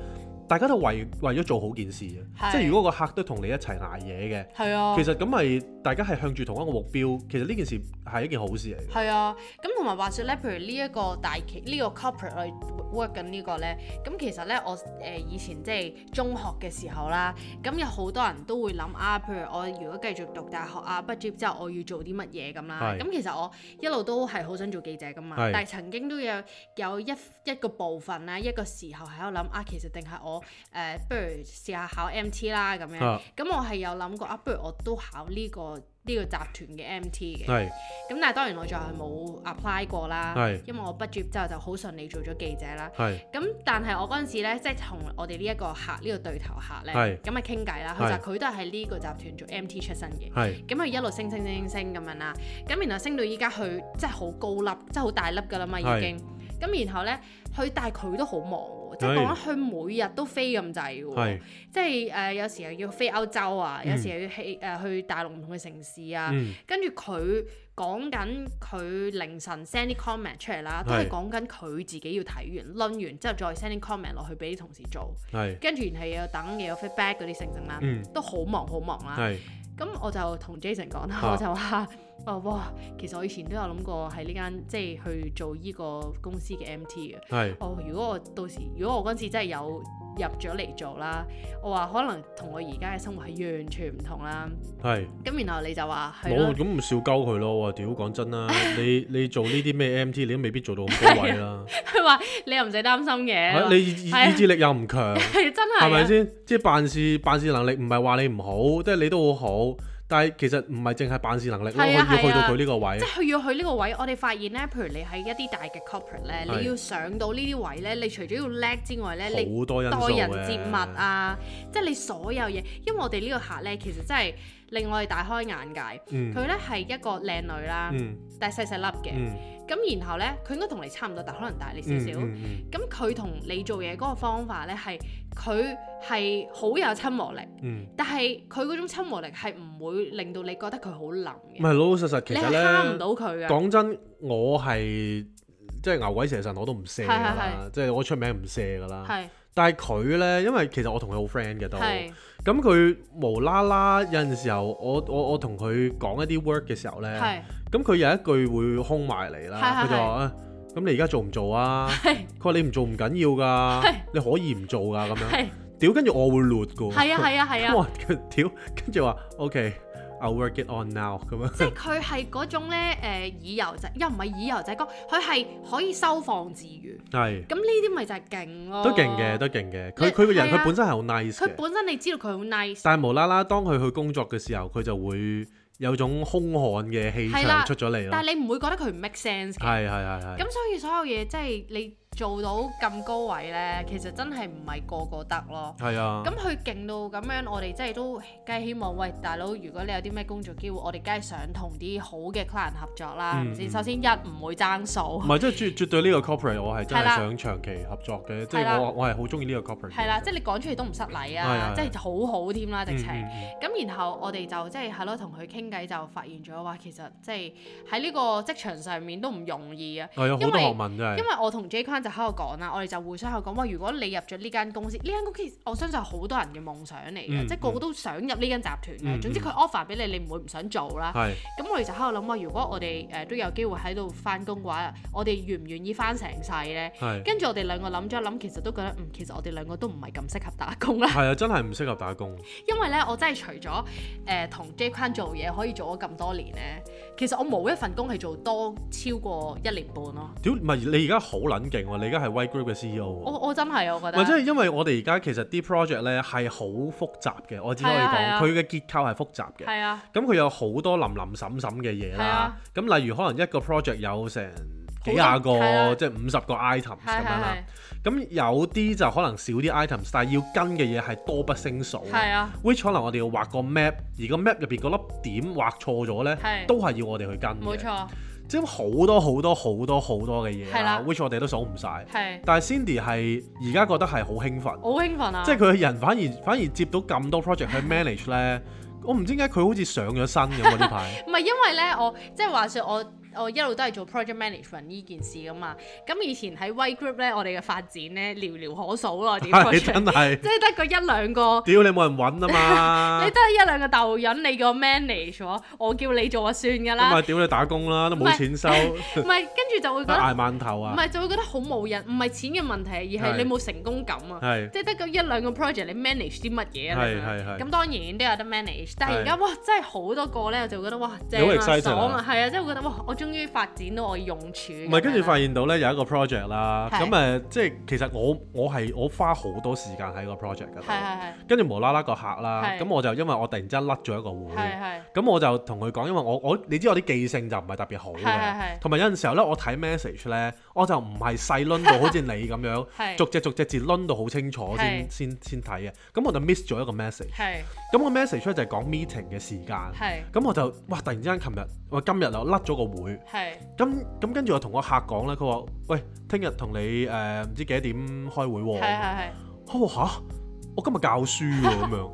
[SPEAKER 1] 大家都為為咗做好件事嘅，
[SPEAKER 3] 係
[SPEAKER 1] 即係如果個客都同你一齊捱夜嘅，
[SPEAKER 3] 係啊，
[SPEAKER 1] 其實咁咪大家係向住同一個目標，其實呢件事係一件好事嚟嘅。
[SPEAKER 3] 係啊。咁同埋話説咧，譬如呢一個大企呢、個 corporate 我 work 緊呢個咧，咁其實咧我誒、呃以前即係中學嘅時候啦，咁有好多人都會諗啊，譬如我如果繼續讀大學啊，畢業之後我要做啲乜嘢咁啦。
[SPEAKER 1] 係
[SPEAKER 3] 咁其實我一路都係好想做記者噶嘛
[SPEAKER 1] 係，
[SPEAKER 3] 但係曾經都有有一一個部分咧，一個時候喺度諗啊，其實定係我誒、呃不如試下考 MT 啦咁樣。
[SPEAKER 1] 啊
[SPEAKER 3] 咁我係有諗過啊，不如我都考呢、個呢、個集團嘅 MT 嘅。
[SPEAKER 1] 係
[SPEAKER 3] 咁但係當然我最後係冇 apply 過啦
[SPEAKER 1] 係，
[SPEAKER 3] 因為我畢業之後就好順利做咗記者啦。
[SPEAKER 1] 係
[SPEAKER 3] 咁但係我嗰陣時咧，即係同我哋呢一個客呢、個對頭客咧
[SPEAKER 1] 係，
[SPEAKER 3] 咁啊傾偈啦。佢
[SPEAKER 1] 係
[SPEAKER 3] 就話佢都係喺呢個集團做 MT 出身嘅。
[SPEAKER 1] 係
[SPEAKER 3] 咁佢一路升升升升升咁樣啦，咁然後升到依家佢即係好高粒，即係好大粒㗎啦嘛已
[SPEAKER 1] 係
[SPEAKER 3] 經。咁然後咧，佢但係佢都好忙喎，即係
[SPEAKER 1] 係
[SPEAKER 3] 講緊佢每日都飛咁滯㗎喎
[SPEAKER 1] 係。，
[SPEAKER 3] 即係誒、呃有時又要飛歐洲啊，
[SPEAKER 1] 嗯
[SPEAKER 3] 有時又要去誒、呃去大陸唔同嘅城市啊，
[SPEAKER 1] 嗯
[SPEAKER 3] 跟住佢講緊佢凌晨 send 啲 comment 出嚟啦，都係
[SPEAKER 1] 係
[SPEAKER 3] 講緊佢自己要睇完、論完之後再 send 啲 comment 落去俾啲同事做，
[SPEAKER 1] 係
[SPEAKER 3] 跟住然後又要等又有 feedback 嗰啲成成啦，
[SPEAKER 1] 嗯
[SPEAKER 3] 都好忙好忙啦。
[SPEAKER 1] 係
[SPEAKER 3] 咁我就同 Jason 講啦，
[SPEAKER 1] 啊
[SPEAKER 3] 我就話。哦，哇！其實我以前都有諗過喺呢間即係去做呢個公司嘅 MT 嘅。
[SPEAKER 1] 係
[SPEAKER 3] 哦，如果我到時，如果我嗰陣時真係有入咗嚟做啦，我話可能同我而家嘅生活係完全唔同啦。
[SPEAKER 1] 係。
[SPEAKER 3] 咁然後你就話係
[SPEAKER 1] 冇
[SPEAKER 3] 咯，
[SPEAKER 1] 咁唔笑鳩佢咯！我話屌講真啦， 你你做呢啲咩 MT，你都未必做到咁高位 啦。啊
[SPEAKER 3] 佢話你又唔使擔心嘅，
[SPEAKER 1] 係你意
[SPEAKER 3] 係啊
[SPEAKER 1] 意志力又唔強，
[SPEAKER 3] 係真係
[SPEAKER 1] 係咪
[SPEAKER 3] 啊？
[SPEAKER 1] 先？即係辦事辦事能力唔係話你唔好，即係你都好好，但係其實唔係淨係辦事能力咯，佢
[SPEAKER 3] 係啊
[SPEAKER 1] 要去
[SPEAKER 3] 係
[SPEAKER 1] 到
[SPEAKER 3] 啊
[SPEAKER 1] 佢呢個位
[SPEAKER 3] 即。係佢要去呢個位，我哋發現咧，譬如你喺一啲大嘅 corporate 咧，
[SPEAKER 1] 係
[SPEAKER 3] 你要上到呢啲位咧，你除咗要叻之外咧，你
[SPEAKER 1] 好多因素
[SPEAKER 3] 待人
[SPEAKER 1] 嘅
[SPEAKER 3] 接物啊，即係你所有嘢，因為我哋呢個客咧，其實真係令我哋大開眼界。
[SPEAKER 1] 嗯
[SPEAKER 3] 佢咧係一個靚女啦，
[SPEAKER 1] 嗯
[SPEAKER 3] 但係細細粒嘅。
[SPEAKER 1] 嗯
[SPEAKER 3] 咁然後咧，佢應該同你差唔多，但可能大你少
[SPEAKER 1] 嗯
[SPEAKER 3] 少。
[SPEAKER 1] 嗯
[SPEAKER 3] 咁佢同你做嘢嗰個方法咧，係佢係好有親和力，
[SPEAKER 1] 嗯，
[SPEAKER 3] 但係啊佢嗰種親和力係唔會令到你覺得佢好冧
[SPEAKER 1] 唔係
[SPEAKER 3] 嘅，
[SPEAKER 1] 老老實實，其
[SPEAKER 3] 你
[SPEAKER 1] 實
[SPEAKER 3] 係蝦唔
[SPEAKER 1] 咧
[SPEAKER 3] 到佢啊嘅。
[SPEAKER 1] 講真，我係即係牛鬼蛇神我都唔射㗎
[SPEAKER 3] 係係
[SPEAKER 1] 啦，即係我出名唔射㗎啦。
[SPEAKER 3] 係
[SPEAKER 1] 但係佢呢，因為其實我同佢好 friend 嘅都，
[SPEAKER 3] 係
[SPEAKER 1] 咁佢無啦啦有陣時候，我我我同佢講一啲 work 嘅時候呢，
[SPEAKER 3] 係
[SPEAKER 1] 咁佢有一句會空埋嚟啦，
[SPEAKER 3] 係係
[SPEAKER 1] 佢就話啊，咁你而家做唔做啊？
[SPEAKER 3] 係
[SPEAKER 1] 佢話你唔做唔緊要㗎
[SPEAKER 3] 係，
[SPEAKER 1] 你可以唔做㗎咁樣。
[SPEAKER 3] 係
[SPEAKER 1] 屌，跟住我會攣㗎喎。
[SPEAKER 3] 係啊係啊係啊
[SPEAKER 1] 咁我！話屌，跟住話 OK，I'll work it on now 咁樣。
[SPEAKER 3] 即係佢係嗰種咧誒、呃、以柔制，又唔係以柔制剛，佢係可以收放自如。
[SPEAKER 1] 係
[SPEAKER 3] 咁呢啲咪就係勁咯，
[SPEAKER 1] 都勁嘅，都勁嘅。佢
[SPEAKER 3] 你
[SPEAKER 1] 佢個人
[SPEAKER 3] 哦係啊
[SPEAKER 1] 佢本身係好 nice
[SPEAKER 3] 佢
[SPEAKER 1] 嘅，
[SPEAKER 3] 本身你知道佢好 nice，
[SPEAKER 1] 但係無啦啦，當佢去工作嘅時候，佢就會有種兇悍嘅氣
[SPEAKER 3] 係啦
[SPEAKER 1] 場出咗嚟
[SPEAKER 3] 但
[SPEAKER 1] 咯。
[SPEAKER 3] 係你唔會覺得佢唔 make sense 嘅。
[SPEAKER 1] 係係係係
[SPEAKER 3] 咁。所以所有嘢即係你做到咁高位咧，其實真係唔係個個得咯。
[SPEAKER 1] 係啊
[SPEAKER 3] 咁，佢勁到咁樣，我哋真係都梗係希望，喂大佬，如果你有啲咩工作機會，我哋梗係想同啲好嘅 client 合作啦，係
[SPEAKER 1] 嗯
[SPEAKER 3] 咪先？首先一唔會爭數
[SPEAKER 1] 唔，係即係絕絕對呢個 corporate 我係真係
[SPEAKER 3] 係啦
[SPEAKER 1] 想長期合作嘅，即
[SPEAKER 3] 係
[SPEAKER 1] 係
[SPEAKER 3] 啦
[SPEAKER 1] 我我係好中意呢個 corporate 嘅。
[SPEAKER 3] 係啦，即係你講出嚟都唔失禮
[SPEAKER 1] 嗯係啊係
[SPEAKER 3] 啊
[SPEAKER 1] 啊，
[SPEAKER 3] 即係好好添啦，直情。
[SPEAKER 1] 嗯嗯
[SPEAKER 3] 咁然後我哋就即係係咯，同佢傾偈就發現咗話，其實即係喺呢個職場上面都唔容易啊。
[SPEAKER 1] 嗯係啊，好多
[SPEAKER 3] 因為
[SPEAKER 1] 學問真
[SPEAKER 3] 因
[SPEAKER 1] 係。
[SPEAKER 3] 為我同 J 坤就喺度講啦，我哋就互相喺度講話，如果你入咗呢間公司，呢間公司我相信係好多人嘅夢想嚟嘅，
[SPEAKER 1] 嗯
[SPEAKER 3] 即係個個都想入呢間集團嘅。
[SPEAKER 1] 嗯嗯
[SPEAKER 3] 總之佢 offer 俾你，你唔會唔想做啦。
[SPEAKER 1] 係
[SPEAKER 3] 咁我哋就喺度諗話，如果我哋誒、呃都有機會喺度翻工嘅話，我哋願唔願意翻成世呢？
[SPEAKER 1] 係
[SPEAKER 3] 跟住我哋兩個諗咗一諗，其實都覺得嗯，其實我哋兩個都唔係咁適合打工啦。
[SPEAKER 1] 係啊，真係唔適合打工。
[SPEAKER 3] 因為咧，我真係除咗誒同 J 框做嘢可以做咗咁多年咧，其實我冇一份工係做多超過一年半咯。
[SPEAKER 1] 屌，唔係你而家好撚勁喎！你而家係 White Group 嘅 CEO 喎。
[SPEAKER 3] 我我真係啊我覺
[SPEAKER 1] 唔係，即
[SPEAKER 3] 得
[SPEAKER 1] 係因為我哋而家其實啲 project 咧係好複雜嘅，我只可以
[SPEAKER 3] 係啊係
[SPEAKER 1] 講
[SPEAKER 3] 啊
[SPEAKER 1] 佢嘅結構係複雜嘅。
[SPEAKER 3] 係啊，
[SPEAKER 1] 咁佢有好多林林審審嘅嘢
[SPEAKER 3] 係
[SPEAKER 1] 啦
[SPEAKER 3] 啊。
[SPEAKER 1] 咁例如可能一個 project 有成幾廿
[SPEAKER 3] 好多係
[SPEAKER 1] 個，
[SPEAKER 3] 啊
[SPEAKER 1] 即係五十個 items 咁
[SPEAKER 3] 係
[SPEAKER 1] 樣啦
[SPEAKER 3] 係。
[SPEAKER 1] 咁有啲就可能少啲 items，但係要跟嘅嘢係多不勝數。
[SPEAKER 3] 係係啊，
[SPEAKER 1] which 可能我哋要畫個 map，而個 map 入邊嗰粒點畫錯咗呢，
[SPEAKER 3] 係
[SPEAKER 1] 都係要我哋去跟嘅。
[SPEAKER 3] 冇，錯，
[SPEAKER 1] 即係好多好多好多好多嘅嘢
[SPEAKER 3] 係
[SPEAKER 1] 啦
[SPEAKER 3] 啦
[SPEAKER 1] ，which 我哋都數唔晒。
[SPEAKER 3] 係
[SPEAKER 1] 但係 Cindy 係而家覺得係好興奮。
[SPEAKER 3] 好興奮啊！
[SPEAKER 1] 即係佢人反而反而接到咁多 project 去 manage 咧，我唔知點解佢好似上咗身咁喎啊呢排。
[SPEAKER 3] 唔係因為咧，我即係話說我。我一路都係做 project management 呢件事噶嘛，咁以前喺 Y Group 咧，我哋嘅發展咧寥寥可數咯，我哋 啲
[SPEAKER 1] 係
[SPEAKER 3] project
[SPEAKER 1] 真係，
[SPEAKER 3] 即係得個一 兩個
[SPEAKER 1] 屌你冇人揾啊嘛
[SPEAKER 3] 你，得一兩個豆潤，你個 manage 我，我叫你做就算㗎
[SPEAKER 1] 咁啊
[SPEAKER 3] 啦。
[SPEAKER 1] 咪屌你打工啦，都冇錢收，
[SPEAKER 3] 唔係，跟住就會覺得
[SPEAKER 1] 捱饅頭
[SPEAKER 3] 唔
[SPEAKER 1] 啊，
[SPEAKER 3] 係就會覺得好冇癮，唔係錢嘅問題，而
[SPEAKER 1] 係
[SPEAKER 3] 係你冇成功感啊。
[SPEAKER 1] 係
[SPEAKER 3] 即係得個一兩個 project，你 manage 啲乜嘢啊？
[SPEAKER 1] 係
[SPEAKER 3] 你明唔明
[SPEAKER 1] 係係
[SPEAKER 3] 咁當然都有得 manage，但係而家哇，真係好多個咧，我就會覺得哇
[SPEAKER 1] 你好
[SPEAKER 3] 正
[SPEAKER 1] excited 啊
[SPEAKER 3] 啊，爽啊，係啊，即係會覺得哇，我終於發展到我嘅用處。啊
[SPEAKER 1] 唔
[SPEAKER 3] 唔
[SPEAKER 1] 係跟住發現到咧有一個 project 啦，
[SPEAKER 3] 係
[SPEAKER 1] 咁誒即係其實我我係我花好多時間喺個 project
[SPEAKER 3] 係
[SPEAKER 1] 㗎，
[SPEAKER 3] 係係
[SPEAKER 1] 跟住無啦啦個客啦，
[SPEAKER 3] 係
[SPEAKER 1] 咁我就因為我突然之間甩咗一個會
[SPEAKER 3] 係。係
[SPEAKER 1] 咁我就同佢講，因為我我你知我啲記性就唔係特別好
[SPEAKER 3] 係係
[SPEAKER 1] 嘅，
[SPEAKER 3] 係
[SPEAKER 1] 同埋有陣時候咧，我睇 message 咧，我就唔係細攆到好似你咁樣，
[SPEAKER 3] 係
[SPEAKER 1] 逐隻逐隻字攆到好清楚先
[SPEAKER 3] 係
[SPEAKER 1] 先先睇嘅。咁我就 miss 咗一個 message。
[SPEAKER 3] 係
[SPEAKER 1] 咁個 message 咧就係講 meeting 嘅時間。
[SPEAKER 3] 係
[SPEAKER 1] 咁我就哇！突然之間，琴日我今日啊又甩咗個會。
[SPEAKER 3] 係
[SPEAKER 1] 咁咁跟住我同個客講咧，佢話：喂，聽日同你誒唔、知幾多點開會喎、
[SPEAKER 3] 係係
[SPEAKER 1] 我話哦吓我今日教書喎咁 樣，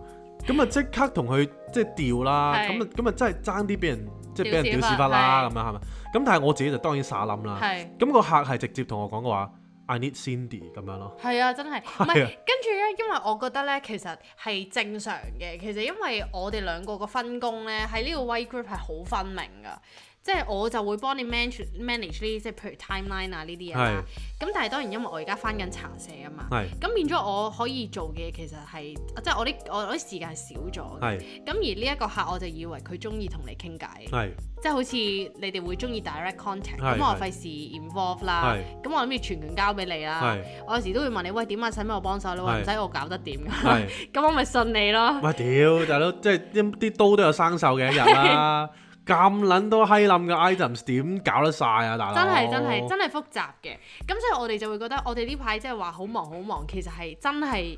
[SPEAKER 1] 咁啊即刻同佢即係調啦，
[SPEAKER 3] 係
[SPEAKER 1] 咁啊咁啊真係爭啲俾人即係俾人
[SPEAKER 3] 屌
[SPEAKER 1] 屌
[SPEAKER 3] 屎
[SPEAKER 1] 屎忽
[SPEAKER 3] 忽
[SPEAKER 1] 啦
[SPEAKER 3] 係
[SPEAKER 1] 咁樣係咪？咁但係我自己就當然耍冧啦。
[SPEAKER 3] 係。
[SPEAKER 1] 咁個客係直接同我講嘅話，I need Cindy 咁樣咯。
[SPEAKER 3] 係啊，真係，唔係
[SPEAKER 1] 係啊
[SPEAKER 3] 跟住咧，因為我覺得咧，其實係正常嘅。其實因為我哋兩個個分工咧，喺呢個 w group 係好分明噶。即係我就會幫你 manage manage 呢啲，即係譬如 timeline 啊呢啲嘢啦。咁但係當然因為我而家翻緊茶社啊嘛，
[SPEAKER 1] 係
[SPEAKER 3] 咁變咗我可以做嘅其實係，即係我啲我我啲時間係少咗嘅。
[SPEAKER 1] 係
[SPEAKER 3] 咁而呢一個客我就以為佢中意同你傾偈，
[SPEAKER 1] 係
[SPEAKER 3] 即係好似你哋會中意 direct contact，
[SPEAKER 1] 係
[SPEAKER 3] 咁我
[SPEAKER 1] 係
[SPEAKER 3] 費事 involve 啦
[SPEAKER 1] 係，
[SPEAKER 3] 咁我諗住全權交俾你啦。
[SPEAKER 1] 係
[SPEAKER 3] 我有時都會問你，喂點啊，使唔使我幫手？你話
[SPEAKER 1] 係
[SPEAKER 3] 唔使，我搞得掂㗎。
[SPEAKER 1] 係。哦
[SPEAKER 3] 咁我咪信你咯。
[SPEAKER 1] 喂屌大佬，即係啲啲刀都有生鏽嘅一日 啦。咁撚多閪冧嘅 items 點搞得晒啊大佬？
[SPEAKER 3] 真係真係真係複雜嘅。咁所以我哋就會覺得，我哋呢排即係話好忙好忙，其實係真係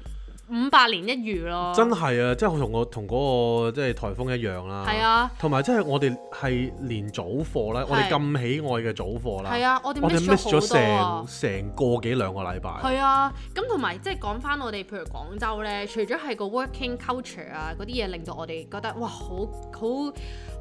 [SPEAKER 3] 五百年一遇咯。
[SPEAKER 1] 真係啊！即係同我同嗰個即係颱風一樣啦。
[SPEAKER 3] 係啊
[SPEAKER 1] 同埋即係我哋係連早課啦，我哋咁喜愛嘅早課啦，
[SPEAKER 3] 係啊，我哋
[SPEAKER 1] 我哋
[SPEAKER 3] miss
[SPEAKER 1] miss
[SPEAKER 3] 咗
[SPEAKER 1] 咗
[SPEAKER 3] 好多啊
[SPEAKER 1] 成。成個幾兩個禮拜。
[SPEAKER 3] 係啊，咁同埋即係講翻我哋譬如廣州咧，除咗係個 working culture 啊嗰啲嘢令到我哋覺得哇好好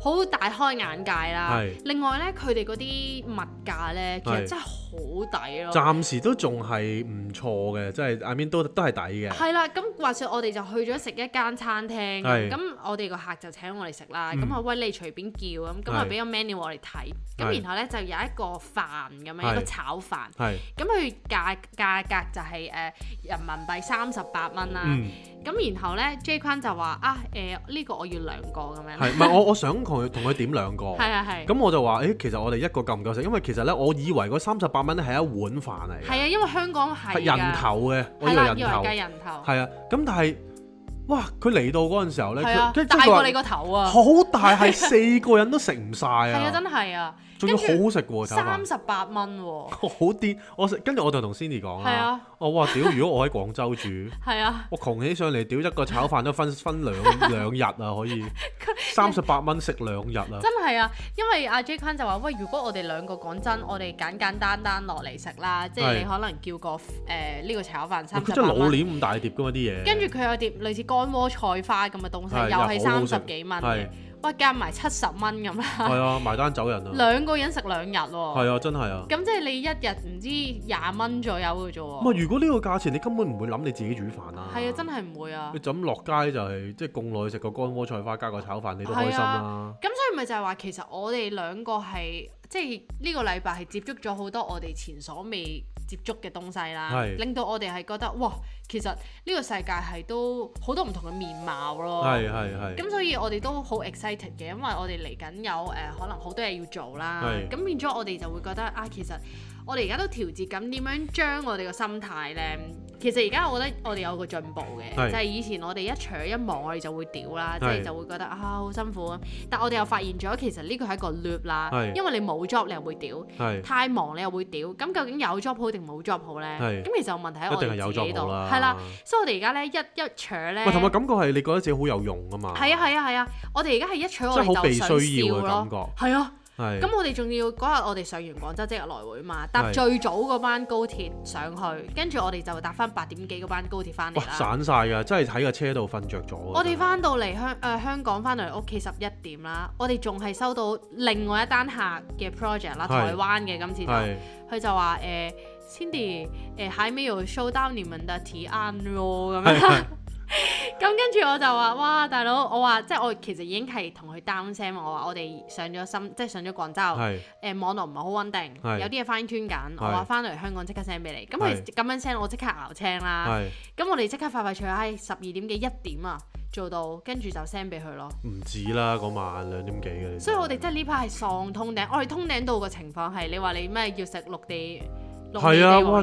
[SPEAKER 3] 好大開眼界啦
[SPEAKER 1] 係。
[SPEAKER 3] 另外咧，佢哋嗰啲物價咧，其實
[SPEAKER 1] 係
[SPEAKER 3] 真係好好抵咯。
[SPEAKER 1] 暫時都仲係唔錯嘅，即係 I mean 都都係抵嘅。
[SPEAKER 3] 係啦，咁話說我哋就去咗食一間餐廳，啊
[SPEAKER 1] 係嗯
[SPEAKER 3] 咁我哋個客就請我哋食啦，咁話喂你隨便叫咁，咁啊
[SPEAKER 1] 係
[SPEAKER 3] 俾個 menu 我哋睇，
[SPEAKER 1] 係
[SPEAKER 3] 咁然後呢，就有一個飯咁樣，
[SPEAKER 1] 係
[SPEAKER 3] 一個炒飯，
[SPEAKER 1] 係，
[SPEAKER 3] 咁佢價價格就係、誒、人民幣三十八蚊啦，
[SPEAKER 1] 嗯，
[SPEAKER 3] 咁然後呢 J 坤就話啊誒呢、個我要兩個咁樣，
[SPEAKER 1] 嗯係，唔係我我想同佢同佢點兩個，
[SPEAKER 3] 係啊係，
[SPEAKER 1] 咁我就話誒、其實我哋一個夠唔夠食？因為其實咧，我以為嗰三十八蚊咧係一碗飯嚟
[SPEAKER 3] 係啊，因為香港
[SPEAKER 1] 嘅，
[SPEAKER 3] 係
[SPEAKER 1] 係
[SPEAKER 3] 㗎
[SPEAKER 1] 人，頭嘅，我以
[SPEAKER 3] 係
[SPEAKER 1] 為
[SPEAKER 3] 啦，
[SPEAKER 1] 人
[SPEAKER 3] 以為
[SPEAKER 1] 頭
[SPEAKER 3] 計，人頭，
[SPEAKER 1] 係啊，咁但係哇，佢嚟到嗰陣時候咧，
[SPEAKER 3] 係啊
[SPEAKER 1] 佢即，係
[SPEAKER 3] 大
[SPEAKER 1] 佢話
[SPEAKER 3] 過你個頭啊，
[SPEAKER 1] 好大，係四個人都食唔晒
[SPEAKER 3] 係啊真
[SPEAKER 1] 啊，
[SPEAKER 3] 係啊，
[SPEAKER 1] 仲要好好食喎，炒
[SPEAKER 3] 三
[SPEAKER 1] 飯。
[SPEAKER 3] 十八蚊喎，
[SPEAKER 1] 我好癲，我食跟住我就同 Cindy 講
[SPEAKER 3] 係
[SPEAKER 1] 啦
[SPEAKER 3] 啊，
[SPEAKER 1] 我話屌，如果我喺廣州住。
[SPEAKER 3] 係啊。
[SPEAKER 1] 我窮起上嚟，屌一個炒飯都分分兩 兩日啊，可 以三十八蚊食兩日啊，
[SPEAKER 3] 真係啊，因為阿 J 坤就話：喂，如果我哋兩個講真，我哋簡簡單單落嚟食啦，即係
[SPEAKER 1] 係
[SPEAKER 3] 你可能叫個誒呢、個炒飯三
[SPEAKER 1] 佢
[SPEAKER 3] 十
[SPEAKER 1] 真係
[SPEAKER 3] 八
[SPEAKER 1] 老
[SPEAKER 3] 蚊，
[SPEAKER 1] 臉咁大碟噶嘛啲嘢。
[SPEAKER 3] 跟住佢有碟類似乾鍋菜花咁嘅東西，
[SPEAKER 1] 係
[SPEAKER 3] 又
[SPEAKER 1] 又
[SPEAKER 3] 係
[SPEAKER 1] 好好
[SPEAKER 3] 三
[SPEAKER 1] 食
[SPEAKER 3] 十幾蚊
[SPEAKER 1] 係
[SPEAKER 3] 嘅，哇夾埋七十蚊咁啦，
[SPEAKER 1] 係啊，埋單走人啊，
[SPEAKER 3] 兩個人食兩日喎，
[SPEAKER 1] 係啊，真係啊。
[SPEAKER 3] 咁即係你一日唔知廿蚊左右嘅啫
[SPEAKER 1] 唔係
[SPEAKER 3] 喎，
[SPEAKER 1] 如果呢個價錢，你根本唔會諗你自己煮飯啊。
[SPEAKER 3] 係啊，真係唔會啊
[SPEAKER 1] 你。就咁落街就係即係供女食個乾鍋菜花加個炒飯，你都開心啦。
[SPEAKER 3] 咁所以咪就係話，其實我哋兩個係即係呢個禮拜係接觸咗好多我哋前所未接觸嘅東西啦
[SPEAKER 1] 係，
[SPEAKER 3] 令到我哋係覺得哇，其實呢個世界係都好多唔同嘅面貌咯。
[SPEAKER 1] 係係係。
[SPEAKER 3] 哦咁所以我哋都好 excited 嘅，因為我哋嚟緊有誒、呃可能好多嘢要做啦。
[SPEAKER 1] 係
[SPEAKER 3] 咁變咗我哋就會覺得啊，其實我哋而家都調節緊點樣將我哋嘅心態呢。其實而家我覺得我哋有個進步嘅，
[SPEAKER 1] 係
[SPEAKER 3] 就係以前我哋一扯一望我哋就會屌啦，即
[SPEAKER 1] 係
[SPEAKER 3] 係就會覺得啊好辛苦咁。但我哋又發現咗其實呢個係一個 loop 啦
[SPEAKER 1] 係，
[SPEAKER 3] 因為你冇 job 你又會屌，
[SPEAKER 1] 係
[SPEAKER 3] 太忙你又會屌。咁究竟有 job 好定冇 job 好呢？
[SPEAKER 1] 係
[SPEAKER 3] 咁其實問題喺
[SPEAKER 1] 一
[SPEAKER 3] 我
[SPEAKER 1] 定係有
[SPEAKER 3] 哋自己
[SPEAKER 1] 作
[SPEAKER 3] 度，
[SPEAKER 1] 好啦。
[SPEAKER 3] 係啦。。所以我哋而家呢，一一扯呢。
[SPEAKER 1] 喂，同埋感覺係你覺得自己好有用啊嘛。
[SPEAKER 3] 係啊係啊係啊！我哋而家係一取我
[SPEAKER 1] 真係
[SPEAKER 3] 哋
[SPEAKER 1] 好
[SPEAKER 3] 就
[SPEAKER 1] 被
[SPEAKER 3] 想
[SPEAKER 1] 需要
[SPEAKER 3] 笑
[SPEAKER 1] 嘅感
[SPEAKER 3] 咯，
[SPEAKER 1] 覺。
[SPEAKER 3] 係啊！
[SPEAKER 1] 係。
[SPEAKER 3] 咁我哋仲要嗰日我哋上完廣州即日來回嘛，搭
[SPEAKER 1] 係
[SPEAKER 3] 最早嗰班高鐵上去，跟住我哋就搭翻八點幾嗰班高鐵翻嚟
[SPEAKER 1] 哇，
[SPEAKER 3] 啦。
[SPEAKER 1] 散晒啊㗎，真係喺個車度瞓着咗㗎。
[SPEAKER 3] 我哋翻到嚟香誒香港翻到嚟屋企十一點啦，我哋仲係收到另外一單客嘅 project 啦，
[SPEAKER 1] 係
[SPEAKER 3] 台灣嘅今次就
[SPEAKER 1] 係
[SPEAKER 3] 佢就話誒、呃 Cindy 誒、呃、還沒有收到你們的提案咯咁
[SPEAKER 1] 係
[SPEAKER 3] 樣
[SPEAKER 1] 係
[SPEAKER 3] 啦。 咁跟住我就話：哇，大佬，我話即係我其實已經係同佢 down 聲，我話我哋上咗深，即係上咗廣州，誒、
[SPEAKER 1] 係
[SPEAKER 3] 網絡唔係好穩定，
[SPEAKER 1] 係
[SPEAKER 3] 有啲嘢 fine tune 緊，我
[SPEAKER 1] 係
[SPEAKER 3] 話翻嚟香港即刻 send 俾你。咁
[SPEAKER 1] 係
[SPEAKER 3] 佢咁樣 send 我即刻熬青啦。
[SPEAKER 1] 係
[SPEAKER 3] 咁我哋即刻快快脆，唉，十二點幾一點啊做到，跟住就 send 俾佢咯。
[SPEAKER 1] 唔止啦，嗰晚兩點幾嘅。你
[SPEAKER 3] 所以我哋真係呢排係喪通頂，我哋通頂到個情況係你話你咩要食陸地
[SPEAKER 1] 係啊！哇
[SPEAKER 3] 陸地地黃丸，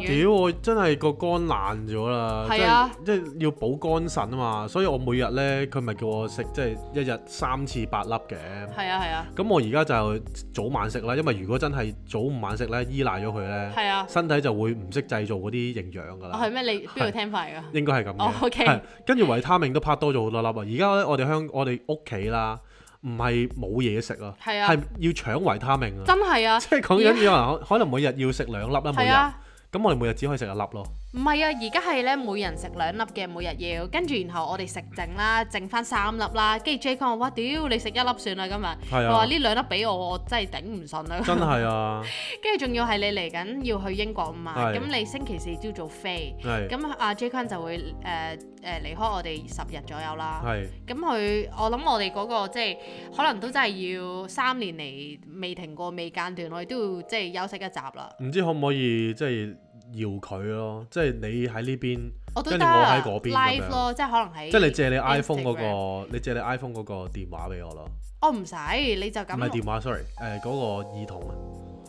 [SPEAKER 1] 屌！我真係個肝爛咗啦，
[SPEAKER 3] 係啊
[SPEAKER 1] 即係即係要補肝腎啊嘛，所以我每日咧佢咪叫我食即係一日三次八粒嘅。
[SPEAKER 3] 係啊係啊
[SPEAKER 1] 咁我而家就早晚食啦，因為如果真係早午晚食咧，依賴咗佢咧，
[SPEAKER 3] 係啊，
[SPEAKER 1] 身體就會唔識製造嗰啲營養㗎
[SPEAKER 3] 我哦
[SPEAKER 1] 啦。
[SPEAKER 3] 係咩？你邊度聽快㗎？
[SPEAKER 1] 應該係咁嘅。
[SPEAKER 3] 哦，OK
[SPEAKER 1] 係跟住維他命都拍多咗好多粒啊！而家咧我哋香我哋屋企啦，唔係冇嘢食啊，
[SPEAKER 3] 係啊
[SPEAKER 1] 係要搶維他命啊！
[SPEAKER 3] 真係啊！
[SPEAKER 1] 即係講緊有人可可能每日要食兩粒啦，每
[SPEAKER 3] 係
[SPEAKER 1] 日。
[SPEAKER 3] 啊，
[SPEAKER 1] 咁我哋每日只可以食一粒咯。
[SPEAKER 3] 唔係啊，而家係咧，每人食兩粒嘅，每日要，跟住然後我哋食剩啦，剩翻三粒啦，跟住 J 講話，哇屌，你食一粒算啦今日，
[SPEAKER 1] 係啊
[SPEAKER 3] 我話，呢兩粒俾我，我真係頂唔順啦。
[SPEAKER 1] 真係啊，
[SPEAKER 3] 跟住仲要係你嚟緊要去英國嘛，
[SPEAKER 1] 係
[SPEAKER 3] 咁你星期四朝早飛，
[SPEAKER 1] 係
[SPEAKER 3] 咁阿 J 君就會誒誒離開我哋十日左右啦。
[SPEAKER 1] 係
[SPEAKER 3] 咁佢，我諗我哋嗰、個即係可能都真係要三年嚟未停過、未間斷，我哋都要即係休息一集啦。
[SPEAKER 1] 唔知可唔可以即係搖佢咯？即係你喺呢邊，
[SPEAKER 3] 我都
[SPEAKER 1] 跟
[SPEAKER 3] 得
[SPEAKER 1] 住我喺
[SPEAKER 3] 啊
[SPEAKER 1] 嗰邊咁樣
[SPEAKER 3] live 咯，即係可能喺
[SPEAKER 1] 即係你借你 iPhone 嗰
[SPEAKER 3] Instagram
[SPEAKER 1] 個，你借你 iPhone 嗰個電話俾我咯。
[SPEAKER 3] 我哦唔使，你就
[SPEAKER 1] 唔係
[SPEAKER 3] 咁
[SPEAKER 1] 電話，sorry，誒嗰個耳筒啊。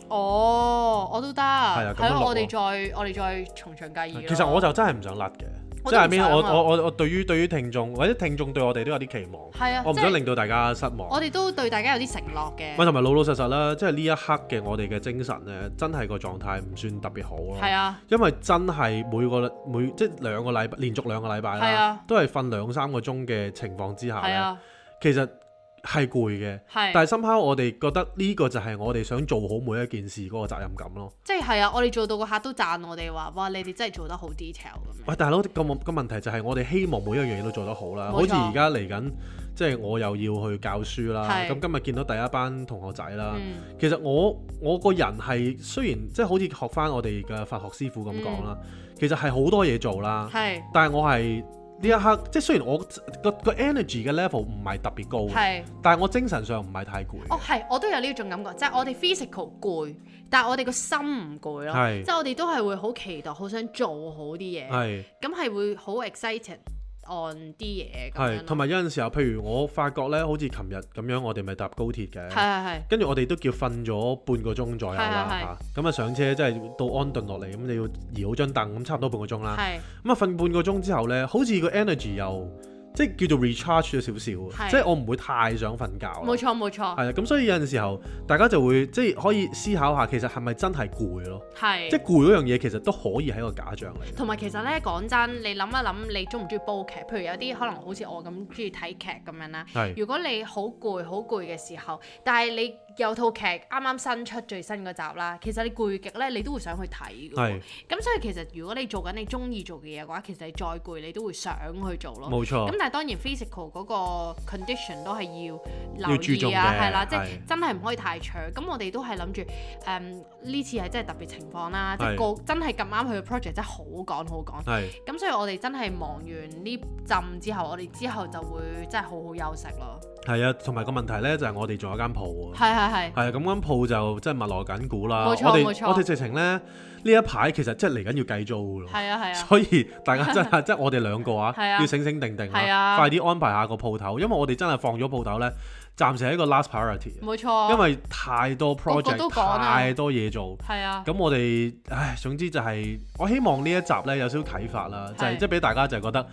[SPEAKER 3] 哦，我都得，係
[SPEAKER 1] 啊
[SPEAKER 3] 啊
[SPEAKER 1] 咁樣錄
[SPEAKER 3] 我哋
[SPEAKER 1] 喎
[SPEAKER 3] 再我哋再從長計議咯。
[SPEAKER 1] 其實我就真係唔想甩嘅，
[SPEAKER 3] 我
[SPEAKER 1] 即
[SPEAKER 3] 都
[SPEAKER 1] 係
[SPEAKER 3] 唔
[SPEAKER 1] mean
[SPEAKER 3] 想啊
[SPEAKER 1] 我我我我對於對於聽眾或者聽眾對我哋都有啲期望，
[SPEAKER 3] 係啊，
[SPEAKER 1] 我唔
[SPEAKER 3] 即
[SPEAKER 1] 想
[SPEAKER 3] 係
[SPEAKER 1] 令到大家失望。
[SPEAKER 3] 我哋都對大家有啲承諾
[SPEAKER 1] 喂，
[SPEAKER 3] 嘅，
[SPEAKER 1] 同埋老老實實啦，即係呢一刻嘅我哋嘅精神咧，真係個狀態唔算特別好咯。
[SPEAKER 3] 係啊，
[SPEAKER 1] 因為真係每個每即係兩個禮拜，連續兩個禮拜
[SPEAKER 3] 係
[SPEAKER 1] 啦
[SPEAKER 3] 啊，
[SPEAKER 1] 都係瞓兩三個鐘嘅情況之下
[SPEAKER 3] 係
[SPEAKER 1] 咧，
[SPEAKER 3] 啊，
[SPEAKER 1] 其實係攰嘅。
[SPEAKER 3] 係，
[SPEAKER 1] 但係深刻，我哋覺得呢個就係我哋想做好每一件事嗰個責任感咯。
[SPEAKER 3] 即係係啊，我哋做到個客都讚我哋話，哇，你哋真係做得好 detail 咁樣。
[SPEAKER 1] 喂，大佬個問個問題就係我哋希望每一樣嘢都做得好啦。
[SPEAKER 3] 冇
[SPEAKER 1] 好
[SPEAKER 3] 錯
[SPEAKER 1] 似而家嚟緊，即係我又要去教書啦。
[SPEAKER 3] 係
[SPEAKER 1] 咁今日見到第一班同學仔啦，
[SPEAKER 3] 嗯
[SPEAKER 1] 其實我我個人係雖然即係好似學翻我哋嘅法學師傅咁講啦，其實係好多嘢做啦，
[SPEAKER 3] 嗯係
[SPEAKER 1] 但係我係呢一刻即係雖然我個個 energy 嘅 level 唔係特別高嘅，
[SPEAKER 3] 係。
[SPEAKER 1] 但係我精神上唔係太攰嘅。
[SPEAKER 3] 哦，係，我都有呢種感覺，即係我哋 physical 攰，但係我哋個心唔攰咯，
[SPEAKER 1] 係
[SPEAKER 3] 即係我哋都係會好期待，好想做好啲嘢，
[SPEAKER 1] 係
[SPEAKER 3] 咁係會好 excited on 啲嘢咁樣
[SPEAKER 1] 係，
[SPEAKER 3] 咯。
[SPEAKER 1] 同埋有陣時候，譬如我發覺咧，好似琴日咁樣，我哋咪搭高鐵嘅。
[SPEAKER 3] 係係係
[SPEAKER 1] 跟住我哋都叫瞓咗半個鐘左右啦嚇，咁啊上車即係到安頓落嚟，咁你要移好張凳，咁差唔多半個鐘啦。
[SPEAKER 3] 係
[SPEAKER 1] 咁啊瞓半個鐘之後呢，好似個 energy 又即係叫做 recharge 咗少少啊，
[SPEAKER 3] 係
[SPEAKER 1] 即係我唔會太想瞓覺啦。
[SPEAKER 3] 冇錯冇錯，
[SPEAKER 1] 係啊，咁所以有陣時候大家就會即係可以思考下，其實係咪真係攰咯？即係
[SPEAKER 3] 係。
[SPEAKER 1] 攰嗰樣嘢其實都可以係一個假象嚟嘅。
[SPEAKER 3] 同埋其實咧講真，你諗一諗，你中唔中意煲劇？譬如有啲可能好似我咁中意睇劇咁樣啦。
[SPEAKER 1] 係
[SPEAKER 3] 如果你好攰好攰嘅時候，但係你有套劇啱啱新出最新嗰集啦，其實你攰極咧，你都會想去睇嘅喎
[SPEAKER 1] 係。
[SPEAKER 3] 咁所以其實如果你做緊你中意做嘅嘢嘅話，其實你再攰你都會想去做咯。
[SPEAKER 1] 冇錯
[SPEAKER 3] 咁，但係當然 physical 嗰個 condition 都係要
[SPEAKER 1] 要注
[SPEAKER 3] 留
[SPEAKER 1] 重
[SPEAKER 3] 意啊，
[SPEAKER 1] 嘅
[SPEAKER 3] 係啦，即係
[SPEAKER 1] 係
[SPEAKER 3] 真係唔可以太長。咁我哋都係諗住誒呢次係真係特別情況啦，即
[SPEAKER 1] 係
[SPEAKER 3] 係個真係咁啱佢嘅 project 真係好趕好趕。
[SPEAKER 1] 係
[SPEAKER 3] 咁所以我哋真係忙完呢陣之後，我哋之後就會真係好好休息咯。
[SPEAKER 1] 係啊，同埋個問題呢，就係我哋仲有間鋪啊。
[SPEAKER 3] 係係係，
[SPEAKER 1] 係啊，咁間鋪就即係密鑼緊鼓啦。
[SPEAKER 3] 冇錯
[SPEAKER 1] 我哋
[SPEAKER 3] 冇錯
[SPEAKER 1] 我哋直情咧呢一排其實即係嚟緊要計租㗎咯。
[SPEAKER 3] 係啊係 啊，
[SPEAKER 1] 所以大家真 係即係我哋兩個啊，
[SPEAKER 3] 係啊
[SPEAKER 1] 要醒醒定定
[SPEAKER 3] 係
[SPEAKER 1] 啊，
[SPEAKER 3] 啊
[SPEAKER 1] 快啲安排下個鋪頭，因為我哋真係放咗鋪頭呢，暫時係一個 last priority，啊
[SPEAKER 3] 冇錯，
[SPEAKER 1] 因為太多
[SPEAKER 3] 個個
[SPEAKER 1] project，
[SPEAKER 3] 都講啊
[SPEAKER 1] 太多嘢做。
[SPEAKER 3] 係啊，
[SPEAKER 1] 咁我哋唉，總之就係、我希望呢一集呢有少少啟發啦，就係
[SPEAKER 3] 係
[SPEAKER 1] 即係俾大家就係覺得，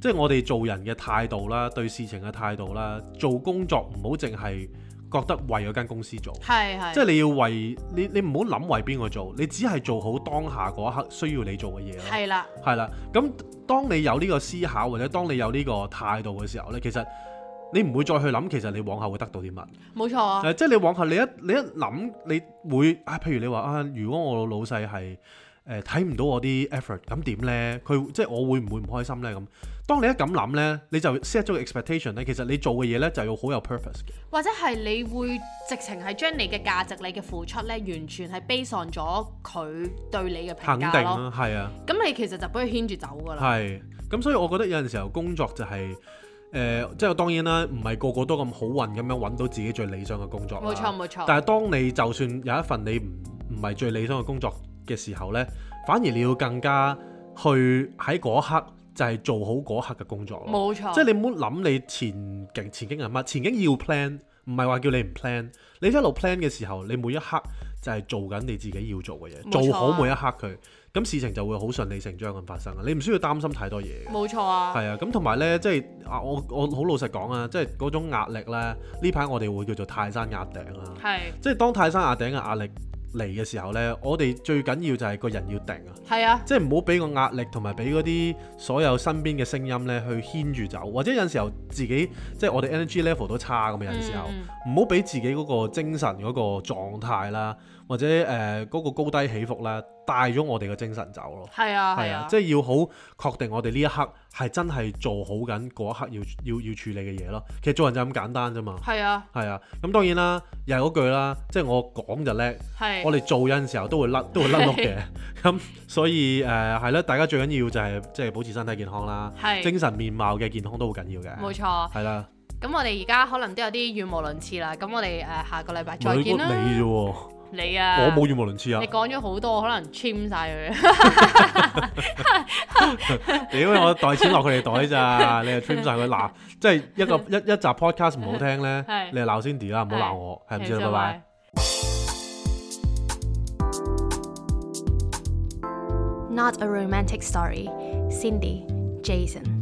[SPEAKER 1] 即係我哋做人嘅態度啦，對事情嘅態度啦，做工作唔好淨係覺得為嗰間公司做。
[SPEAKER 3] 係啊係，
[SPEAKER 1] 即係你要為你，你唔好諗為邊個做，你只係做好當下嗰一刻需要你做嘅嘢咯。
[SPEAKER 3] 係啦，
[SPEAKER 1] 係啦，咁當你有呢個思考或者當你有呢個態度嘅時候呢，其實你唔會再去諗，其實你往後會得到啲乜？
[SPEAKER 3] 冇錯啊，
[SPEAKER 1] 誒即係你往後你一你一諗，你會啊，譬如你話啊，如果我老細係誒睇唔到我啲 effort，咁點呢？佢即係我會唔會唔開心呢？咁當你一咁諗呢，你就 set 咗個 expectation 呢，其實你做嘅嘢呢，就要好有 purpose 嘅。
[SPEAKER 3] 或者係你會直情係將你嘅價值、你嘅付出咧，完全係 base on 咗佢對你嘅
[SPEAKER 1] 肯
[SPEAKER 3] 評
[SPEAKER 1] 定
[SPEAKER 3] 價咯。
[SPEAKER 1] 啦，係啊。
[SPEAKER 3] 咁你其實就俾佢牽住走㗎啦。
[SPEAKER 1] 係，咁所以我覺得有陣時候工作就係、誒、即係當然啦，唔係個個都咁好運咁樣揾到自己最理想嘅工作啦
[SPEAKER 3] 冇錯冇錯，
[SPEAKER 1] 啊但係當你就算有一份你唔唔係最理想嘅工作嘅時候呢，反而你要更加去喺嗰一刻就係做好嗰一刻嘅工作咯。
[SPEAKER 3] 冇錯，
[SPEAKER 1] 即係你唔好諗你前景前景係乜，前景要 plan，唔係話叫你唔 plan。你一路 plan 嘅時候，你每一刻就係做緊你自己要做嘅嘢，
[SPEAKER 3] 冇錯啊
[SPEAKER 1] 做好每一刻佢，咁事情就會好順理成章咁發生啊！你唔需要擔心太多嘢嘅。
[SPEAKER 3] 冇錯啊，
[SPEAKER 1] 係啊，咁同埋呢，即係啊，我我好老實講啊，即係嗰種壓力呢，呢排我哋會叫做泰山壓頂啦。
[SPEAKER 3] 係
[SPEAKER 1] 即係當泰山壓頂嘅壓力嚟嘅時候呢，我哋最緊要就係個人要定啊，
[SPEAKER 3] 係啊，
[SPEAKER 1] 即係唔好俾個壓力同埋俾嗰啲所有身邊嘅聲音呢去牽住走，或者有陣時候自己即係我哋 energy level 都差咁嘅有陣時候，
[SPEAKER 3] 嗯
[SPEAKER 1] 唔好俾自己嗰個精神嗰個狀態啦，或者呃誒嗰、個高低起伏啦，帶咗我哋嘅精神走咯。
[SPEAKER 3] 係啊
[SPEAKER 1] 係
[SPEAKER 3] 係
[SPEAKER 1] 啊
[SPEAKER 3] 啊，，
[SPEAKER 1] 即係要好確定我哋呢一刻係真係做好緊嗰一刻要要要處理嘅嘢咯。其實做人就咁簡單啫嘛。
[SPEAKER 3] 係啊
[SPEAKER 1] 係啊，咁當然啦，又係嗰句啦，即係我講就叻，
[SPEAKER 3] 係，
[SPEAKER 1] 我哋做有陣時候都會 甩，都會甩碌嘅。咁所以誒呃係啦，大家最緊要就係即係保持身體健康啦，
[SPEAKER 3] 係
[SPEAKER 1] 精神面貌嘅健康都好緊要
[SPEAKER 3] 冇
[SPEAKER 1] 嘅。
[SPEAKER 3] 錯。
[SPEAKER 1] 係啦，
[SPEAKER 3] 咁我哋而家可能都有啲語無倫次啦。咁我哋誒下個禮拜再
[SPEAKER 1] 唔係
[SPEAKER 3] 見啦。
[SPEAKER 1] 你啫喎，我
[SPEAKER 3] 你啊，
[SPEAKER 1] 冇語無倫次啊
[SPEAKER 3] 你！講咗好多，可能 trim 晒佢。
[SPEAKER 1] 屌我袋錢落佢哋袋 咋，你又 trim 晒佢嗱，即係一個一一集 podcast 唔好聽咧
[SPEAKER 3] 係，
[SPEAKER 1] 你就鬧 Cindy 啦，唔好鬧我，係唔 知啦，啊拜拜。。
[SPEAKER 2] Not a Romantic Story, Cindy, Jason.